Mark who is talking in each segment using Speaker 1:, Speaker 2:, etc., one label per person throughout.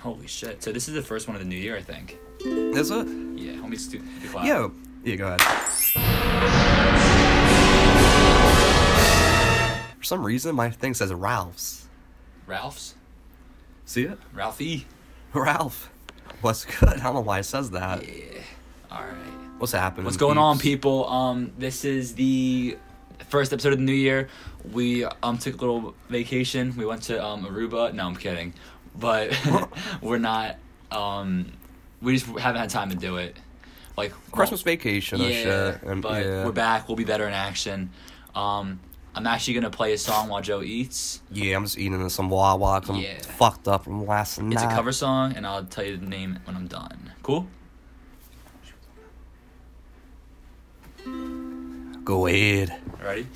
Speaker 1: Holy shit! So this is the first one of the new year, I think.
Speaker 2: Is it?
Speaker 1: Yeah. Let me just do the clap.
Speaker 2: Yeah. Yeah, go ahead. For some reason, my thing says Ralph's.
Speaker 1: Ralph's.
Speaker 2: See it?
Speaker 1: Ralphie.
Speaker 2: Ralph. What's good? I don't know why it says that.
Speaker 1: Yeah. All right.
Speaker 2: What's happening?
Speaker 1: What's going on,
Speaker 2: peeps?
Speaker 1: people? Um, this is the first episode of the new year. We um took a little vacation. We went to um Aruba. No, I'm kidding, but we're not. Um, we just haven't had time to do it. Like
Speaker 2: Christmas vacation
Speaker 1: well,
Speaker 2: and
Speaker 1: yeah,
Speaker 2: shit. And,
Speaker 1: but
Speaker 2: yeah.
Speaker 1: we're back. We'll be better in action. Um, I'm actually gonna play a song while Joe eats.
Speaker 2: Yeah, I'm just eating some Wawa. 'cause I'm
Speaker 1: Yeah.
Speaker 2: fucked up from last night.
Speaker 1: It's a cover song, and I'll tell you the name when I'm done. Cool.
Speaker 2: Go ahead.
Speaker 1: Ready?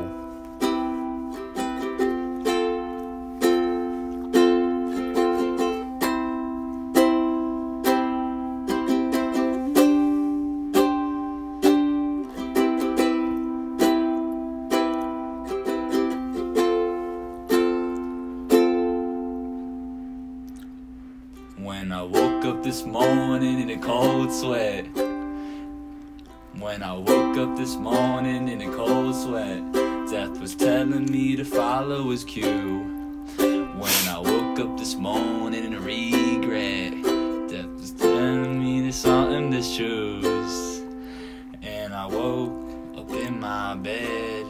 Speaker 2: Ooh.
Speaker 1: When I woke up this morning in a cold sweat. When I woke up this morning in a cold sweat, death was telling me to follow his cue. When I woke up this morning in a regret, death was telling me there's something to choose. And I woke up in my bed,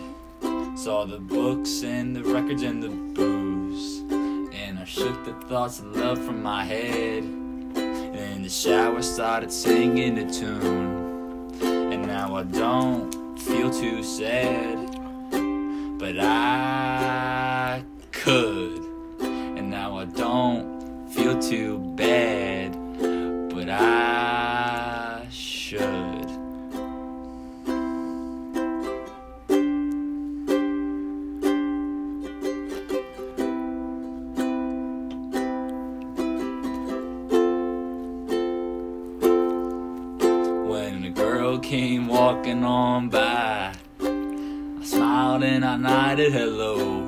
Speaker 1: saw the books and the records and the booze. And I shook the thoughts of love from my head. And in the shower started singing a tune. And now I don't feel too sad. But I could. And now I don't feel too bad. But I should. When a girl came walking on by, I smiled and I nodded hello.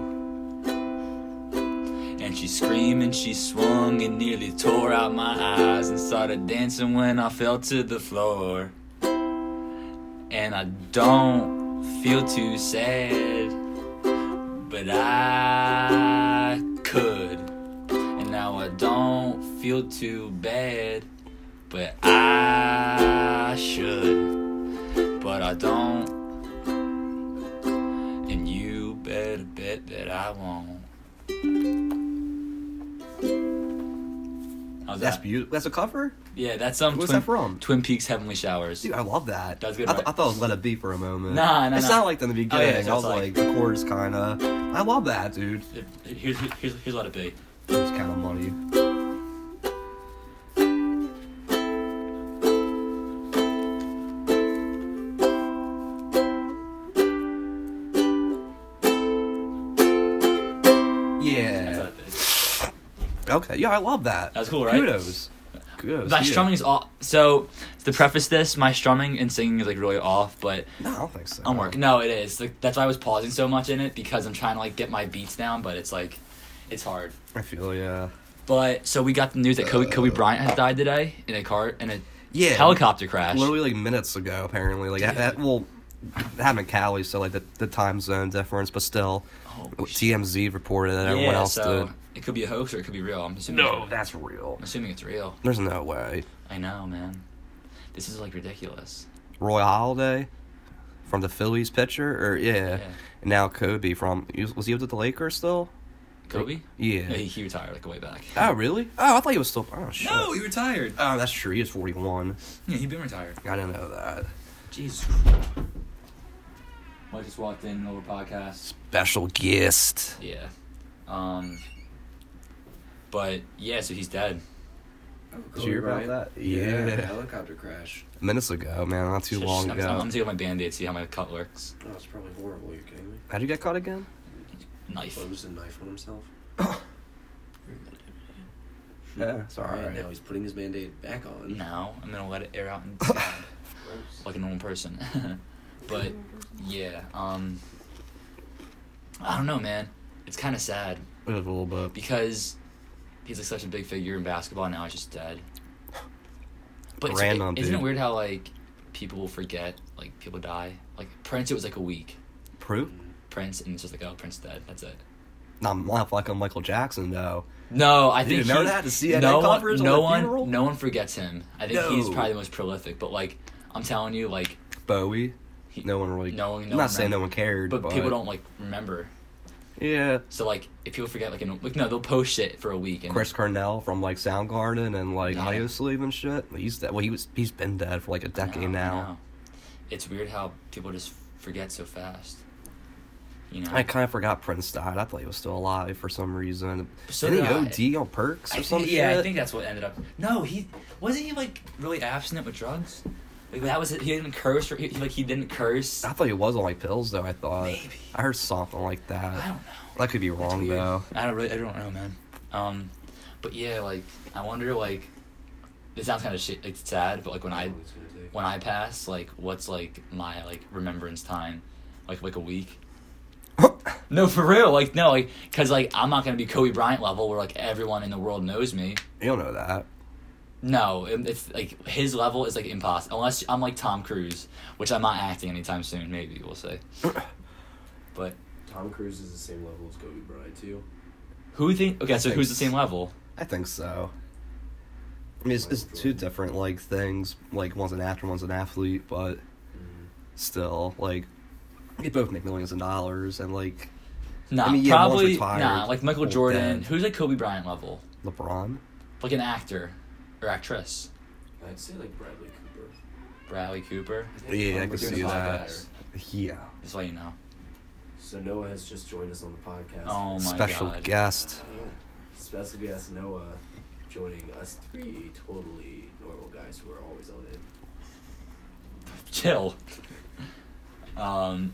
Speaker 1: And she screamed and she swung and nearly tore out my eyes and started dancing when I fell to the floor. And I don't feel too sad, but I could. And now I don't feel too bad but I should. But I don't. And you better bet that I won't. How's Oh,
Speaker 2: That's
Speaker 1: that?
Speaker 2: beautiful. That's a cover?
Speaker 1: yeah, that's um.
Speaker 2: What's
Speaker 1: Twin,
Speaker 2: that from?
Speaker 1: Twin Peaks Heavenly Showers.
Speaker 2: Dude, I love that.
Speaker 1: That's good,
Speaker 2: I, th-
Speaker 1: right?
Speaker 2: I thought it was Let It Be for a moment.
Speaker 1: Nah, nah,
Speaker 2: It's
Speaker 1: nah.
Speaker 2: not like that in the
Speaker 1: Oh, yeah,
Speaker 2: beginning.
Speaker 1: it's
Speaker 2: I was
Speaker 1: like-
Speaker 2: like, the chorus kind of. I love that, dude.
Speaker 1: Here's here's here's let it be.
Speaker 2: It was kind of money.
Speaker 1: That's
Speaker 2: Yeah.
Speaker 1: Let It Be.
Speaker 2: Okay. Yeah, I love that.
Speaker 1: That's cool, right?
Speaker 2: Kudos. Kudos.
Speaker 1: My
Speaker 2: yeah.
Speaker 1: strumming's off. So to preface this, my strumming and singing is like really off, but
Speaker 2: No, I don't think so.
Speaker 1: I'm working. No, it is. Like, that's why I was pausing so much in it because I'm trying to like get my beats down, but it's like, it's hard.
Speaker 2: I feel yeah.
Speaker 1: But so we got the news that Kobe, Kobe Bryant has died today in a car in a
Speaker 2: Yeah.
Speaker 1: helicopter crash.
Speaker 2: Literally like minutes ago, apparently. Like that- that. Well, that happened in Cali, so like the, the time zone difference, but still,
Speaker 1: Oh, shit.
Speaker 2: TMZ reported that
Speaker 1: yeah,
Speaker 2: everyone else
Speaker 1: so
Speaker 2: did.
Speaker 1: it could be a hoax or it could be real. I'm assuming.
Speaker 2: No,
Speaker 1: it's-
Speaker 2: that's real.
Speaker 1: I'm assuming it's real.
Speaker 2: There's no way.
Speaker 1: I know, man. This is like ridiculous.
Speaker 2: Roy Holiday from the Phillies pitcher, or yeah,
Speaker 1: Yeah.
Speaker 2: and now Kobe from he was was he with the Lakers still?
Speaker 1: Kobe?
Speaker 2: Yeah.
Speaker 1: he, he retired like way back.
Speaker 2: Oh really? Oh, I thought he was still. Oh shit.
Speaker 1: No, he retired.
Speaker 2: Oh, that's true. He was 41.
Speaker 1: Yeah, he been retired.
Speaker 2: I didn't know that.
Speaker 1: Jesus. Mike just walked in over podcast.
Speaker 2: Special guest.
Speaker 1: Yeah. Um. But yeah, so he's dead.
Speaker 2: Did you hear about that?
Speaker 3: Yeah,
Speaker 2: Yeah.
Speaker 3: helicopter crash.
Speaker 2: Minutes ago, man, not too
Speaker 1: Just-
Speaker 2: long
Speaker 1: I'm, I'm
Speaker 2: ago.
Speaker 1: gonna take off my band aid, see how my cut works.
Speaker 3: Oh, it's probably horrible. You're kidding me.
Speaker 2: How'd you get caught again?
Speaker 1: Knife.
Speaker 3: Closed a knife on himself.
Speaker 2: Yeah, it's
Speaker 3: All right,
Speaker 2: alright.
Speaker 3: now he's putting his band-aid back on.
Speaker 1: Now I'm gonna let it air out and sad. like a normal person. but yeah, um, I don't know, man. It's kind of sad
Speaker 2: It was a little bit.
Speaker 1: because he's like such a big figure in basketball. and Now he's just dead. But it's-
Speaker 2: Random,
Speaker 1: isn't it
Speaker 2: dude.
Speaker 1: weird how like people will forget like people die? Like Prince, it was like a week.
Speaker 2: Proof?
Speaker 3: Mm.
Speaker 1: Prince, and it's just like oh, Prince dead. That's it.
Speaker 2: Not not like on Michael Jackson though.
Speaker 1: No, I
Speaker 2: You
Speaker 1: think
Speaker 2: didn't know
Speaker 1: he-
Speaker 2: that? The CNN
Speaker 1: no one,
Speaker 2: coverage on
Speaker 1: no
Speaker 2: the
Speaker 1: one,
Speaker 2: funeral?
Speaker 1: no one forgets him. I think he's
Speaker 2: No.
Speaker 1: probably the most prolific. But like, I'm telling you, like,
Speaker 2: Bowie.
Speaker 1: He-
Speaker 2: No one really.
Speaker 1: no one-
Speaker 2: I'm
Speaker 1: no
Speaker 2: not
Speaker 1: one
Speaker 2: saying no one cared,
Speaker 1: but,
Speaker 2: but,
Speaker 1: people don't like remember.
Speaker 2: Yeah,
Speaker 1: So like, if people forget, like, in, a- like no, they'll post shit for a week. And,
Speaker 2: Chris Cornell from like Soundgarden and like
Speaker 1: Yeah.
Speaker 2: Audio Sleeve and shit. He's dead. Well, he was. He's been dead for like a
Speaker 1: No,
Speaker 2: decade now.
Speaker 1: no. It's weird how people just forget so fast. You know,
Speaker 2: I kind of forgot Prince died. I thought he was still alive for some reason.
Speaker 1: So
Speaker 2: Did he
Speaker 1: did I.
Speaker 2: OD on perks
Speaker 1: I
Speaker 2: or
Speaker 1: think-
Speaker 2: some shit?
Speaker 1: yeah, I think that's what ended up. No, he wasn't he like really abstinent with drugs. Like that was it. he didn't curse or he, he, like he didn't curse.
Speaker 2: I thought he was on like pills though. I thought
Speaker 1: Maybe.
Speaker 2: I heard something like that.
Speaker 1: I don't know.
Speaker 2: I could be
Speaker 1: That's
Speaker 2: wrong
Speaker 1: weird.
Speaker 2: though.
Speaker 1: I don't really, I don't know, man. Um, but yeah, like I wonder, like this sounds kind of shit, like sad, but like when I
Speaker 3: How long it's gonna take.
Speaker 1: when I pass, like what's like my like remembrance time, like like a week. No, for real, like no, like because like I'm not gonna be Kobe Bryant level where like everyone in the world knows me.
Speaker 2: you don't know that.
Speaker 1: No, it- it's like his level is like impossible unless I'm like Tom Cruise, which I'm not acting anytime soon. Maybe we'll say, but
Speaker 3: Tom Cruise is the same level as Kobe Bryant to you.
Speaker 1: who think? Okay, so who's the
Speaker 2: Thanks.
Speaker 1: same level?
Speaker 2: I think so. I mean, it's, it's two different like things. Like one's an actor, one's an athlete, but
Speaker 3: Mm.
Speaker 2: still, like they both make millions of dollars, and like
Speaker 1: Nah,
Speaker 2: I mean, yeah, one's
Speaker 1: probably
Speaker 2: retired,
Speaker 1: nah. Like Michael
Speaker 2: one's
Speaker 1: Jordan,
Speaker 2: dead.
Speaker 1: who's like Kobe Bryant level,
Speaker 2: LeBron.
Speaker 1: like an actor or actress.
Speaker 3: I'd say like Bradley Cooper.
Speaker 1: Bradley Cooper.
Speaker 2: Yeah, I
Speaker 3: Um,
Speaker 2: can
Speaker 3: we're doing
Speaker 2: see
Speaker 3: a
Speaker 2: that.
Speaker 3: podcast.
Speaker 2: Yeah,
Speaker 1: That's why you know.
Speaker 3: So Noah has just joined us on the podcast.
Speaker 1: Oh my
Speaker 2: special
Speaker 1: god.
Speaker 2: guest.
Speaker 3: Special guest Noah joining us three totally normal guys who are always on it.
Speaker 1: Chill. Um.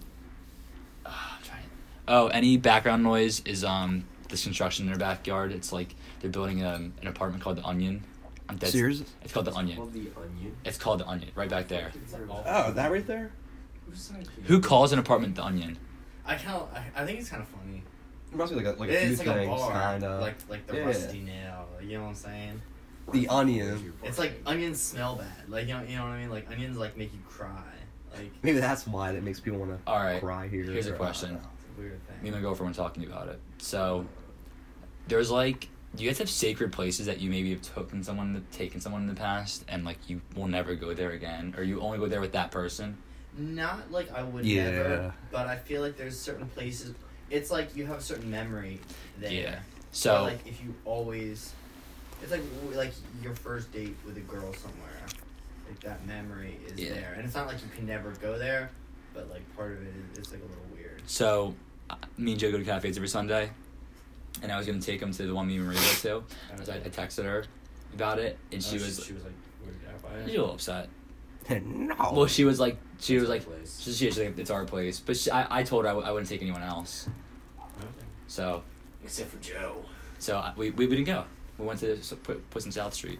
Speaker 1: ah, I'm trying. Oh, any background noise is um this construction in their backyard. It's like they're building um, an apartment called the Onion. Um, that's-
Speaker 2: Serious?
Speaker 1: It's called the Onion.
Speaker 3: Called the Onion.
Speaker 1: It's called the Onion, right back there.
Speaker 2: Oh, that right there.
Speaker 1: Who calls an apartment the Onion?
Speaker 4: I kind of, I, I think it's kind of funny.
Speaker 2: It must be like a, like a few
Speaker 4: It's like a
Speaker 2: things,
Speaker 4: bar,
Speaker 2: kind of
Speaker 4: like like the
Speaker 2: Yeah.
Speaker 4: rusty nail. like, You know what I'm saying?
Speaker 2: the onion.
Speaker 4: It's like onions smell bad. Like you know, you know what I mean? Like onions like make you cry. Like
Speaker 2: Maybe that's why that makes people want to
Speaker 1: All right.
Speaker 2: cry here.
Speaker 1: Here's a
Speaker 2: or-
Speaker 1: question.
Speaker 4: it's a weird
Speaker 1: me and
Speaker 4: thing.
Speaker 1: my girlfriend were talking about it. So there's like do you guys have sacred places that you maybe have taken someone taken someone in the past and like you will never go there again or you only go there with that person?
Speaker 4: Not like I would
Speaker 2: Yeah.
Speaker 4: never, but I feel like there's certain places. It's like you have a certain memory there.
Speaker 1: Yeah.
Speaker 4: So
Speaker 1: So
Speaker 4: like if you always, it's like w- like your first date with a girl somewhere. Like that memory is
Speaker 1: Yeah.
Speaker 4: there, and it's not like you can never go there, but like part of it is it's like a little weird.
Speaker 1: so uh, me and Joe go to cafes every Sunday and I was gonna take him to the one me and Maria go to. I, was- I texted her about it and she
Speaker 4: Oh,
Speaker 1: was
Speaker 4: she was like weirded out by
Speaker 1: she was a little upset.
Speaker 2: no.
Speaker 1: Well, she was like she was like
Speaker 3: Place.
Speaker 1: she, she was like it's our place, but she, I I told her I w- I wouldn't take anyone else. So
Speaker 3: Except for Joe.
Speaker 1: So uh, I- we, we didn't go. We went to s- Pu- Puss in South Street.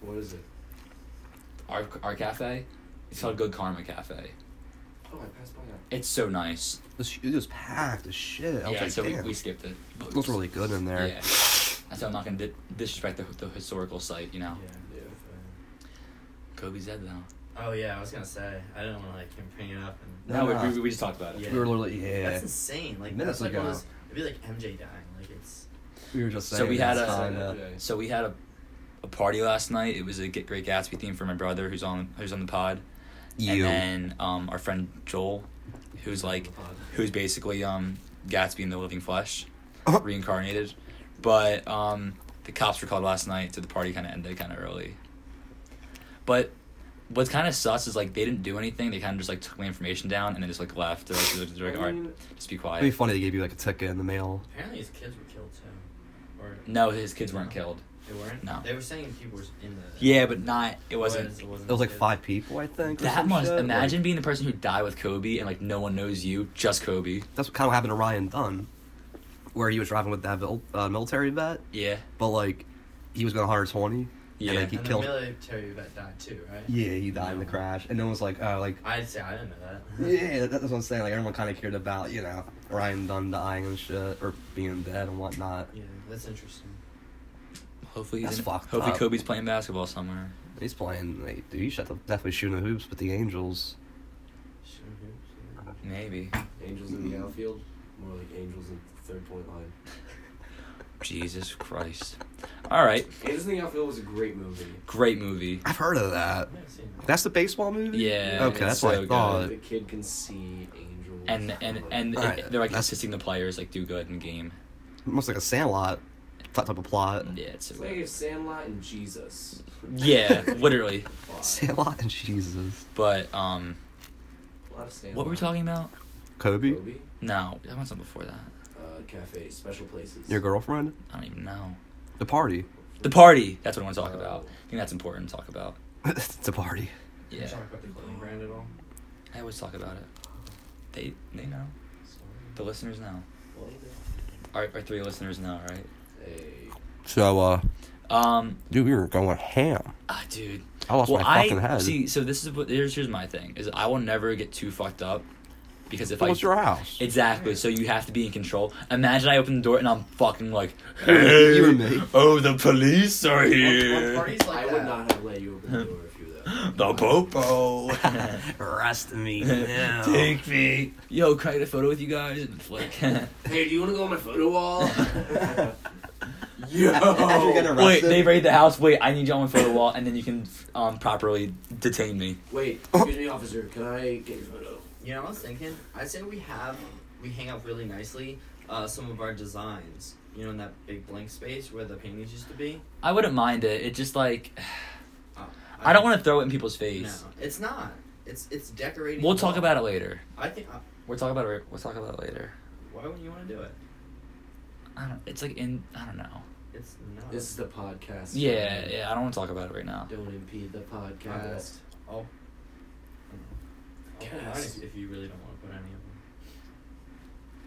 Speaker 3: What is it?
Speaker 1: Our, our cafe, it's called Good Karma Cafe.
Speaker 3: Oh, I passed by that.
Speaker 1: It's so nice.
Speaker 2: This- it was packed as shit. I was
Speaker 1: yeah,
Speaker 2: like,
Speaker 1: so we,
Speaker 2: damn,
Speaker 1: we skipped it. But-
Speaker 2: it looks really good in there.
Speaker 1: Yeah. So I'm not going to di- disrespect the, the historical site, you know.
Speaker 3: Yeah.
Speaker 1: Kobe's dead, though.
Speaker 4: Oh yeah, I was gonna say I didn't want to like him bring it up and
Speaker 2: No,
Speaker 1: No, we-
Speaker 2: no.
Speaker 1: we, we, just talked about it.
Speaker 4: Yeah.
Speaker 2: We were literally yeah.
Speaker 4: that's insane. Like
Speaker 2: Minutes
Speaker 4: that's like one of
Speaker 2: ago.
Speaker 4: those, it'd be like MJ dying. Like it's
Speaker 2: We were just
Speaker 1: So
Speaker 2: saying.
Speaker 1: we had
Speaker 2: it's
Speaker 1: a-
Speaker 2: kinda-
Speaker 1: So we had a, a party last night. It was a Get Great Gatsby theme for my brother who's on who's on the pod. And
Speaker 2: you.
Speaker 1: then um, our friend Joel, who's like who's basically um, Gatsby in the living flesh,
Speaker 2: Uh-huh.
Speaker 1: reincarnated. But um, the cops were called last night, so the party kind of ended kind of early. But what's kind of sus is like they didn't do anything. They kind of just like took my information down and then just like left. They're like, they're like all right, just be
Speaker 2: It'd be
Speaker 1: quiet.
Speaker 2: funny they gave you like a ticket in the mail.
Speaker 4: apparently his kids were killed too, or
Speaker 1: No, his kids weren't killed.
Speaker 4: they weren't.
Speaker 1: No.
Speaker 4: they were saying people were in the.
Speaker 1: Yeah, but not. It
Speaker 4: It
Speaker 1: wasn't.
Speaker 4: wasn't,
Speaker 2: It was like
Speaker 4: his
Speaker 2: five people, I think. or
Speaker 1: That
Speaker 2: some
Speaker 1: must
Speaker 2: shit.
Speaker 1: imagine being the person who died with Kobe and like no one knows you, just Kobe.
Speaker 2: Like, that's what kind of happened to Ryan Dunn, where he was driving with that vil- uh, military vet,
Speaker 1: Yeah.
Speaker 2: but like he was going 120, And
Speaker 1: Yeah.
Speaker 2: like he
Speaker 4: and
Speaker 2: killed.
Speaker 4: the military vet died too, right?
Speaker 2: yeah, he died in the crash, and no one's like, oh, like.
Speaker 4: I'd say I didn't know that.
Speaker 2: Yeah, that- that's what I'm saying. Like everyone kind of cared about, you know, Ryan Dunn dying and shit, or being dead and whatnot.
Speaker 4: Yeah, that's interesting.
Speaker 1: Hopefully,
Speaker 2: That's
Speaker 1: he's in,
Speaker 2: fucked
Speaker 1: hopefully
Speaker 2: up.
Speaker 1: Kobe's playing basketball somewhere.
Speaker 2: He's playing. Like, dude, you should have definitely shooting the hoops with the Angels.
Speaker 4: Sure, yeah.
Speaker 1: Maybe.
Speaker 3: Angels in the outfield, more like angels in the third point line.
Speaker 1: Jesus Christ. All right.
Speaker 3: Angels in the outfield was a great movie.
Speaker 1: Great movie.
Speaker 2: I've heard of that.
Speaker 4: I've never seen that.
Speaker 2: That's the baseball movie.
Speaker 1: Yeah,
Speaker 2: Okay,
Speaker 1: it's
Speaker 2: that's what
Speaker 1: so
Speaker 2: I
Speaker 1: good.
Speaker 2: thought.
Speaker 3: the kid can see angels.
Speaker 1: And and
Speaker 3: like,
Speaker 1: and
Speaker 2: All right,
Speaker 1: they're like
Speaker 2: that's-
Speaker 1: assisting the players like do good in game.
Speaker 2: Almost like a Sandlot type of plot.
Speaker 1: Yeah, it's so
Speaker 3: It's like if
Speaker 1: good.
Speaker 3: Sandlot and Jesus.
Speaker 1: Yeah, literally.
Speaker 3: Wow.
Speaker 2: Sandlot and Jesus.
Speaker 1: But um,
Speaker 3: A lot of Sandlot.
Speaker 1: what were we talking about?
Speaker 2: Kobe,
Speaker 3: Kobe,
Speaker 1: No, I want something before that.
Speaker 3: uh, cafe, special places.
Speaker 2: your girlfriend,
Speaker 1: I don't even know.
Speaker 2: the party.
Speaker 1: The party. That's what I want to talk
Speaker 3: Oh.
Speaker 1: about. I think that's important to talk about.
Speaker 2: it's a party.
Speaker 4: Can you
Speaker 1: Yeah,
Speaker 4: Talk about the clothing brand at all.
Speaker 1: I always talk about it. They they know. The
Speaker 4: Sorry.
Speaker 1: listeners know.
Speaker 3: Well,
Speaker 1: Our, our three listeners know, right?
Speaker 3: hey,
Speaker 2: So, uh,
Speaker 1: Um,
Speaker 2: dude, we were going ham.
Speaker 1: ah, dude.
Speaker 2: I lost
Speaker 1: well,
Speaker 2: my
Speaker 1: I
Speaker 2: fucking head.
Speaker 1: see. So this is what here's here's my thing is I will never get too fucked up because if
Speaker 2: What
Speaker 1: I
Speaker 2: was your house?
Speaker 1: Exactly. So you have to be in control. Imagine I open the door and I'm fucking like,
Speaker 2: Hey,
Speaker 1: hey,
Speaker 2: you and me.
Speaker 1: oh, the police are
Speaker 4: What, what
Speaker 1: here.
Speaker 4: parties like
Speaker 3: I
Speaker 4: that?
Speaker 3: would not have let you open the door if you were there.
Speaker 1: The popo.
Speaker 2: Arrest me
Speaker 1: Take me. Yo, can I get a photo with you guys? And flick.
Speaker 3: Hey, do you want to go on my photo wall?
Speaker 2: Oh, After you get
Speaker 3: Yo.
Speaker 2: arrested-
Speaker 1: Wait, they raid the house. Wait, I need you on my photo wall, and then you can um, properly detain me.
Speaker 3: Wait, excuse me, officer. Can I get your photo?
Speaker 4: You know, I was thinking. I say we have we hang up really nicely. Uh, some of our designs. You know, in that big blank space where the paintings used to be.
Speaker 1: I wouldn't mind it. It just like
Speaker 4: Uh,
Speaker 1: I don't want to throw it in people's face.
Speaker 4: No, it's not. It's it's decorating.
Speaker 1: We'll
Speaker 4: the
Speaker 1: talk
Speaker 4: wall.
Speaker 1: about it later.
Speaker 4: I think. Uh,
Speaker 1: We'll talk about it. We'll talk about it later.
Speaker 4: why wouldn't you want to do it?
Speaker 1: I don't. It's like in. I don't know.
Speaker 4: It's not.
Speaker 3: This is the podcast.
Speaker 1: Yeah, yeah. I don't want to talk about it right now.
Speaker 3: Don't impede the podcast.
Speaker 4: Oh.
Speaker 3: Yes.
Speaker 4: If you really don't want to put any of them,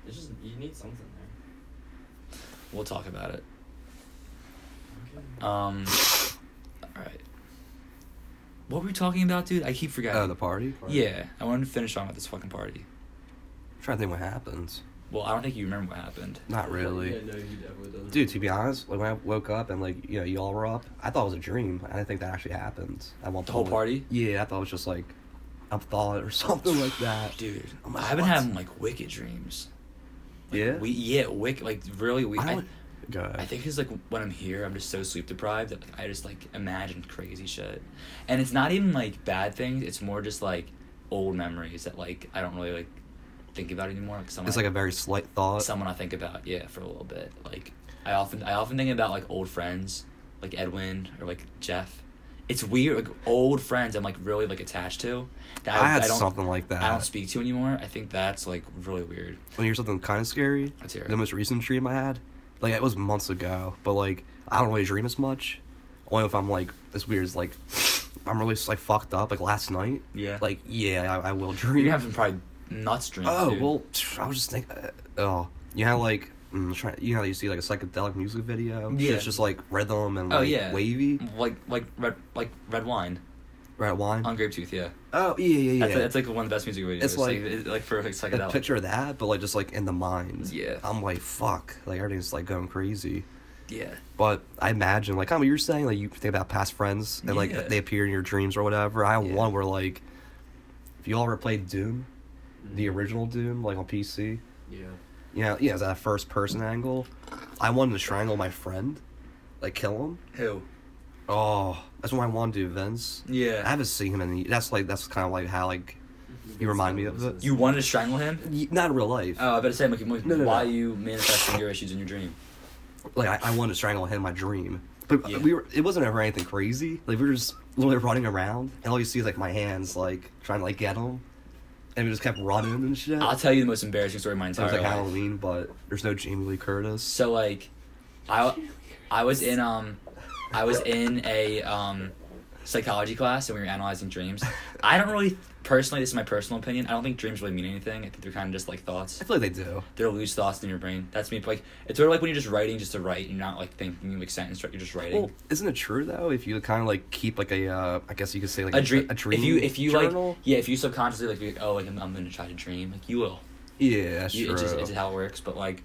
Speaker 4: it's just you need something there.
Speaker 1: We'll talk about it.
Speaker 4: Okay.
Speaker 1: Um, all right. What were we talking about, dude? I keep forgetting.
Speaker 2: Oh, the party.
Speaker 1: yeah, I wanted to finish on with this fucking party.
Speaker 2: I'm trying to think what happens.
Speaker 1: Well, I don't think you remember what happened.
Speaker 2: Not really.
Speaker 3: Yeah, no, he definitely doesn't.
Speaker 2: Dude, to be honest, like, when I woke up and like you know y'all were up, I thought it was a dream. I didn't think that actually happened. I want
Speaker 1: The whole party?
Speaker 2: Yeah, I thought it was just like a thought or something like that.
Speaker 1: Dude,
Speaker 2: I'm like,
Speaker 1: I've been
Speaker 2: what?
Speaker 1: having like wicked dreams. Like,
Speaker 2: oh Yeah?
Speaker 1: We yeah, wicked like really we
Speaker 2: I
Speaker 1: I,
Speaker 2: don't- Go ahead.
Speaker 1: I think it's like when I'm here, I'm just so sleep deprived that like, I just like imagine crazy shit, and it's not even like bad things. It's more just like old memories that like I don't really like think about anymore. Cause I'm,
Speaker 2: it's like a very slight thought.
Speaker 1: someone I think about, yeah, for a little bit. Like I often I often think about like old friends, like Edwin or like Jeff. It's weird, like old friends I'm like really like attached to. That
Speaker 2: I had
Speaker 1: don't,
Speaker 2: something like that.
Speaker 1: I don't speak to anymore. I think that's like really weird.
Speaker 2: When you hear something kind of scary,
Speaker 1: Let's hear it.
Speaker 2: the most recent dream I had, like it was months ago, but like I don't really dream as much. Only if I'm like this weird, is like I'm really like fucked up. Like last night,
Speaker 1: Yeah. Like
Speaker 2: like yeah, I, I will
Speaker 1: you're
Speaker 2: dream.
Speaker 1: gonna have some probably nuts dreams.
Speaker 2: Oh
Speaker 1: dude.
Speaker 2: well, psh, I was just thinking. Uh, oh, you know, like mm, try, you know, you see like a psychedelic music video.
Speaker 1: Yeah.
Speaker 2: it's just like rhythm and
Speaker 1: Oh,
Speaker 2: like
Speaker 1: yeah.
Speaker 2: wavy.
Speaker 1: like like red like red wine
Speaker 2: Right, wine.
Speaker 1: on grape tooth. Yeah,
Speaker 2: oh yeah, yeah,
Speaker 1: that's,
Speaker 2: yeah.
Speaker 1: that's like one of the best music videos.
Speaker 2: It's like-
Speaker 1: like, it- like for like
Speaker 2: a
Speaker 1: psychedelic.
Speaker 2: picture of that, but like just like in the mind.
Speaker 1: Yeah.
Speaker 2: I'm like fuck, like everything's like going crazy.
Speaker 1: Yeah,
Speaker 2: But I imagine like kind of what you're saying, like you think about past friends and
Speaker 1: Yeah.
Speaker 2: like they appear in your dreams or whatever. I had
Speaker 1: Yeah.
Speaker 2: one where like, if you all ever played Doom, the original Doom, like on PC,
Speaker 3: Yeah.
Speaker 2: you know, yeah, it's at a first person angle. I wanted to strangle my friend, like kill him.
Speaker 1: who?
Speaker 2: Oh, that's when I wanted to do events. I
Speaker 1: Yeah,
Speaker 2: haven't seen him in. The, that's like that's kind of like how like You remind me of it.
Speaker 1: you wanted to strangle him.
Speaker 2: y- not in real life.
Speaker 1: Oh, I better say, like, why
Speaker 2: no, no.
Speaker 1: are you manifesting your issues in your dream?
Speaker 2: Like I, I wanted to strangle him in my dream, but
Speaker 1: Yeah.
Speaker 2: we were. It wasn't ever anything crazy. Like we were just literally running around, and all you see is like my hands like trying to like get him, and we just kept running and shit.
Speaker 1: I'll tell you the most embarrassing story of my
Speaker 2: it was
Speaker 1: entire
Speaker 2: like
Speaker 1: life.
Speaker 2: Halloween, but there's no Jamie Lee Curtis.
Speaker 1: So like, I I was in um, I was in a um, psychology class and we were analyzing dreams. I don't really, personally, this is my personal opinion. I don't think dreams really mean anything. I think they're kind of just like thoughts.
Speaker 2: I feel like they do.
Speaker 1: They're loose thoughts in your brain. That's me. Like it's sort of like when you're just writing, just to write. You're not like thinking like sentence. You're just writing.
Speaker 2: Well, isn't it true though? If you kind of like keep like a, uh, I guess you could say like
Speaker 1: a dream.
Speaker 2: a dream.
Speaker 1: If you if you
Speaker 2: journal?
Speaker 1: like yeah, if you subconsciously like, be like oh like I'm, I'm gonna try to dream like you will.
Speaker 2: yeah, that's
Speaker 1: You-
Speaker 2: true.
Speaker 1: It's just, it's how it works. But like,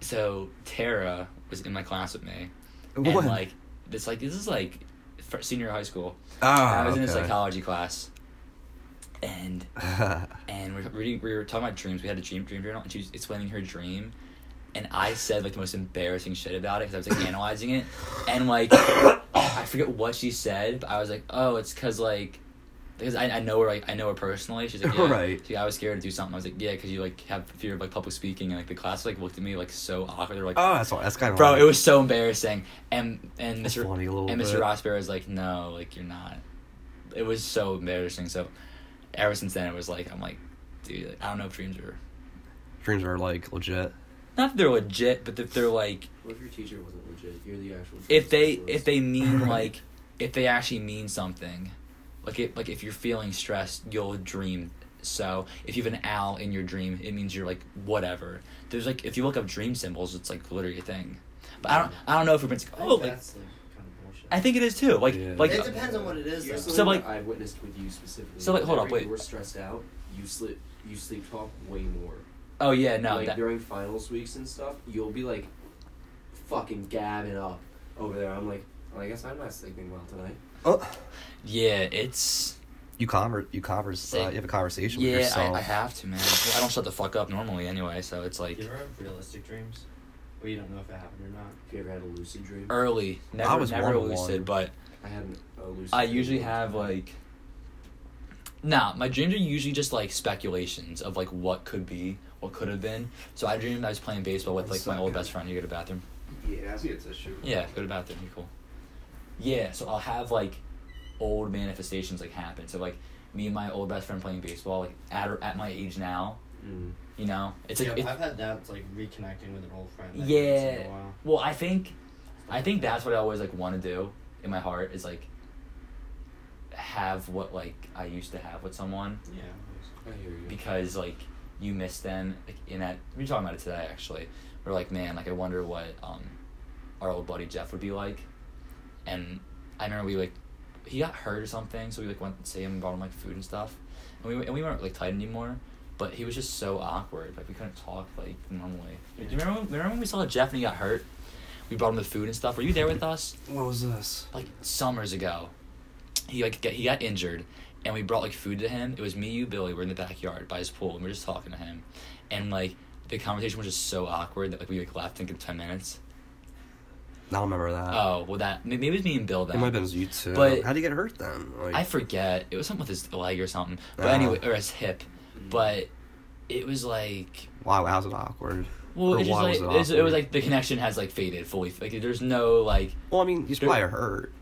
Speaker 1: so Tara was in my class with me, and
Speaker 2: What?
Speaker 1: like this like this is like fir- senior high school.
Speaker 2: Ah,
Speaker 1: I was in a
Speaker 2: okay.
Speaker 1: psychology class, and
Speaker 2: Oh,
Speaker 1: and we were reading, we were talking about dreams. We had a dream dream journal, and she was explaining her dream. And I said like the most embarrassing shit about it because I was like analyzing it, and like I forget what she said, but I was like, oh, it's because like because I, I know her like I know her personally. She's like, yeah.
Speaker 2: Right.
Speaker 1: She, I was scared to do something. I was like, yeah, because you like have fear of like public speaking, and like the class like looked at me like so awkward. They're like,
Speaker 2: oh, that's all. That's kind of
Speaker 1: bro, it was so embarrassing. And and
Speaker 2: That's
Speaker 1: Mr.
Speaker 2: funny a little
Speaker 1: and Mr.
Speaker 2: bit.
Speaker 1: Rossberry was like, no, like you're not. It was so embarrassing. So ever since then, it was like I'm like, dude, like, I don't know if dreams are
Speaker 2: dreams are like legit.
Speaker 1: not that they're legit, but that they're like
Speaker 3: What if your teacher wasn't legit? You're the actual.
Speaker 1: if they
Speaker 3: person.
Speaker 1: if they mean
Speaker 2: Right.
Speaker 1: like if they actually mean something, like it like if you're feeling stressed, you'll dream. So if you have an owl in your dream, it means you're like whatever. There's like if you look up dream symbols, it's like literally a thing. But I don't I don't know if it's
Speaker 4: I
Speaker 1: like
Speaker 4: think
Speaker 1: oh like
Speaker 4: that's like kind of bullshit.
Speaker 1: I think it is too like
Speaker 2: Yeah.
Speaker 1: like
Speaker 4: it depends on what it is.
Speaker 3: You're
Speaker 4: Though.
Speaker 3: something
Speaker 1: So, like-
Speaker 3: that I witnessed with you specifically.
Speaker 1: So, like, hold up,
Speaker 3: Whenever
Speaker 1: wait.
Speaker 3: You were stressed out. You sleep. You sleep talk way more.
Speaker 1: oh yeah no
Speaker 3: like
Speaker 1: that,
Speaker 3: during finals weeks and stuff, you'll be like, fucking gabbing up over there. I'm like, well, I guess I'm not sleeping well tonight.
Speaker 2: Oh,
Speaker 1: yeah it's
Speaker 2: you converse. You converse.
Speaker 1: Say-
Speaker 2: Uh, you have a conversation with
Speaker 1: yeah
Speaker 2: yourself.
Speaker 1: I, I have to man Well, I don't shut the fuck up normally anyway so it's like
Speaker 4: You ever have realistic dreams where you don't know if it happened or not?
Speaker 3: Have you ever had a lucid dream?
Speaker 1: early never
Speaker 2: was one
Speaker 1: never
Speaker 2: of
Speaker 1: lucid
Speaker 2: one.
Speaker 1: but
Speaker 3: I had an- a lucid.
Speaker 1: I
Speaker 3: dream
Speaker 1: usually
Speaker 3: one
Speaker 1: have
Speaker 3: time.
Speaker 1: like. Nah, my dreams are usually just like speculations of like what could be, what could have been. So I dreamed I was playing baseball with like my old best friend. You go to the bathroom.
Speaker 3: Yeah, I see a tissue.
Speaker 1: Yeah, go to the bathroom. You're cool. Yeah, so I'll have like old manifestations like happen. So like me and my old best friend playing baseball like at or- at my age now.
Speaker 3: Mm.
Speaker 1: You know, it's like
Speaker 4: yeah,
Speaker 1: it-
Speaker 4: I've had that it's like reconnecting with an old friend. that
Speaker 1: Yeah.
Speaker 4: I haven't seen in a while.
Speaker 1: well, I think, I think that's what I always like want to do in my heart is like have what like I used to have with someone.
Speaker 4: Yeah.
Speaker 3: I hear you.
Speaker 1: because like you miss them like, in that we were talking about it today actually we're like man like i wonder what um our old buddy jeff would be like and i remember we like he got hurt or something so we like went to see him and brought him like food and stuff and we, and we weren't like tight anymore but he was just so awkward like we couldn't talk like normally do you remember, remember when we saw jeff and he got hurt we brought him the food and stuff were you there with us
Speaker 2: What was this?
Speaker 1: like summers ago. He like get, he got injured, and we brought like food to him. It was me, you, Billy. We're in the backyard by his pool, and we're just talking to him, and like the conversation was just so awkward that like we like left in ten minutes.
Speaker 2: I don't remember that.
Speaker 1: Oh well, that may- maybe it was me and Bill.
Speaker 2: it
Speaker 1: Then
Speaker 2: might have been you too.
Speaker 1: But-
Speaker 2: How do you get hurt then? Like,
Speaker 1: I forget. It was something with his leg or something. But
Speaker 2: Ah.
Speaker 1: anyway, or his hip. But it was like
Speaker 2: wow, how's it awkward?
Speaker 1: well,
Speaker 2: Or
Speaker 1: it's just
Speaker 2: why
Speaker 1: like
Speaker 2: was
Speaker 1: it
Speaker 2: it
Speaker 1: was, it was
Speaker 2: awkward?
Speaker 1: like the connection has like faded fully. Like there's no like
Speaker 2: Well, I mean, he's
Speaker 1: There-
Speaker 2: probably hurt.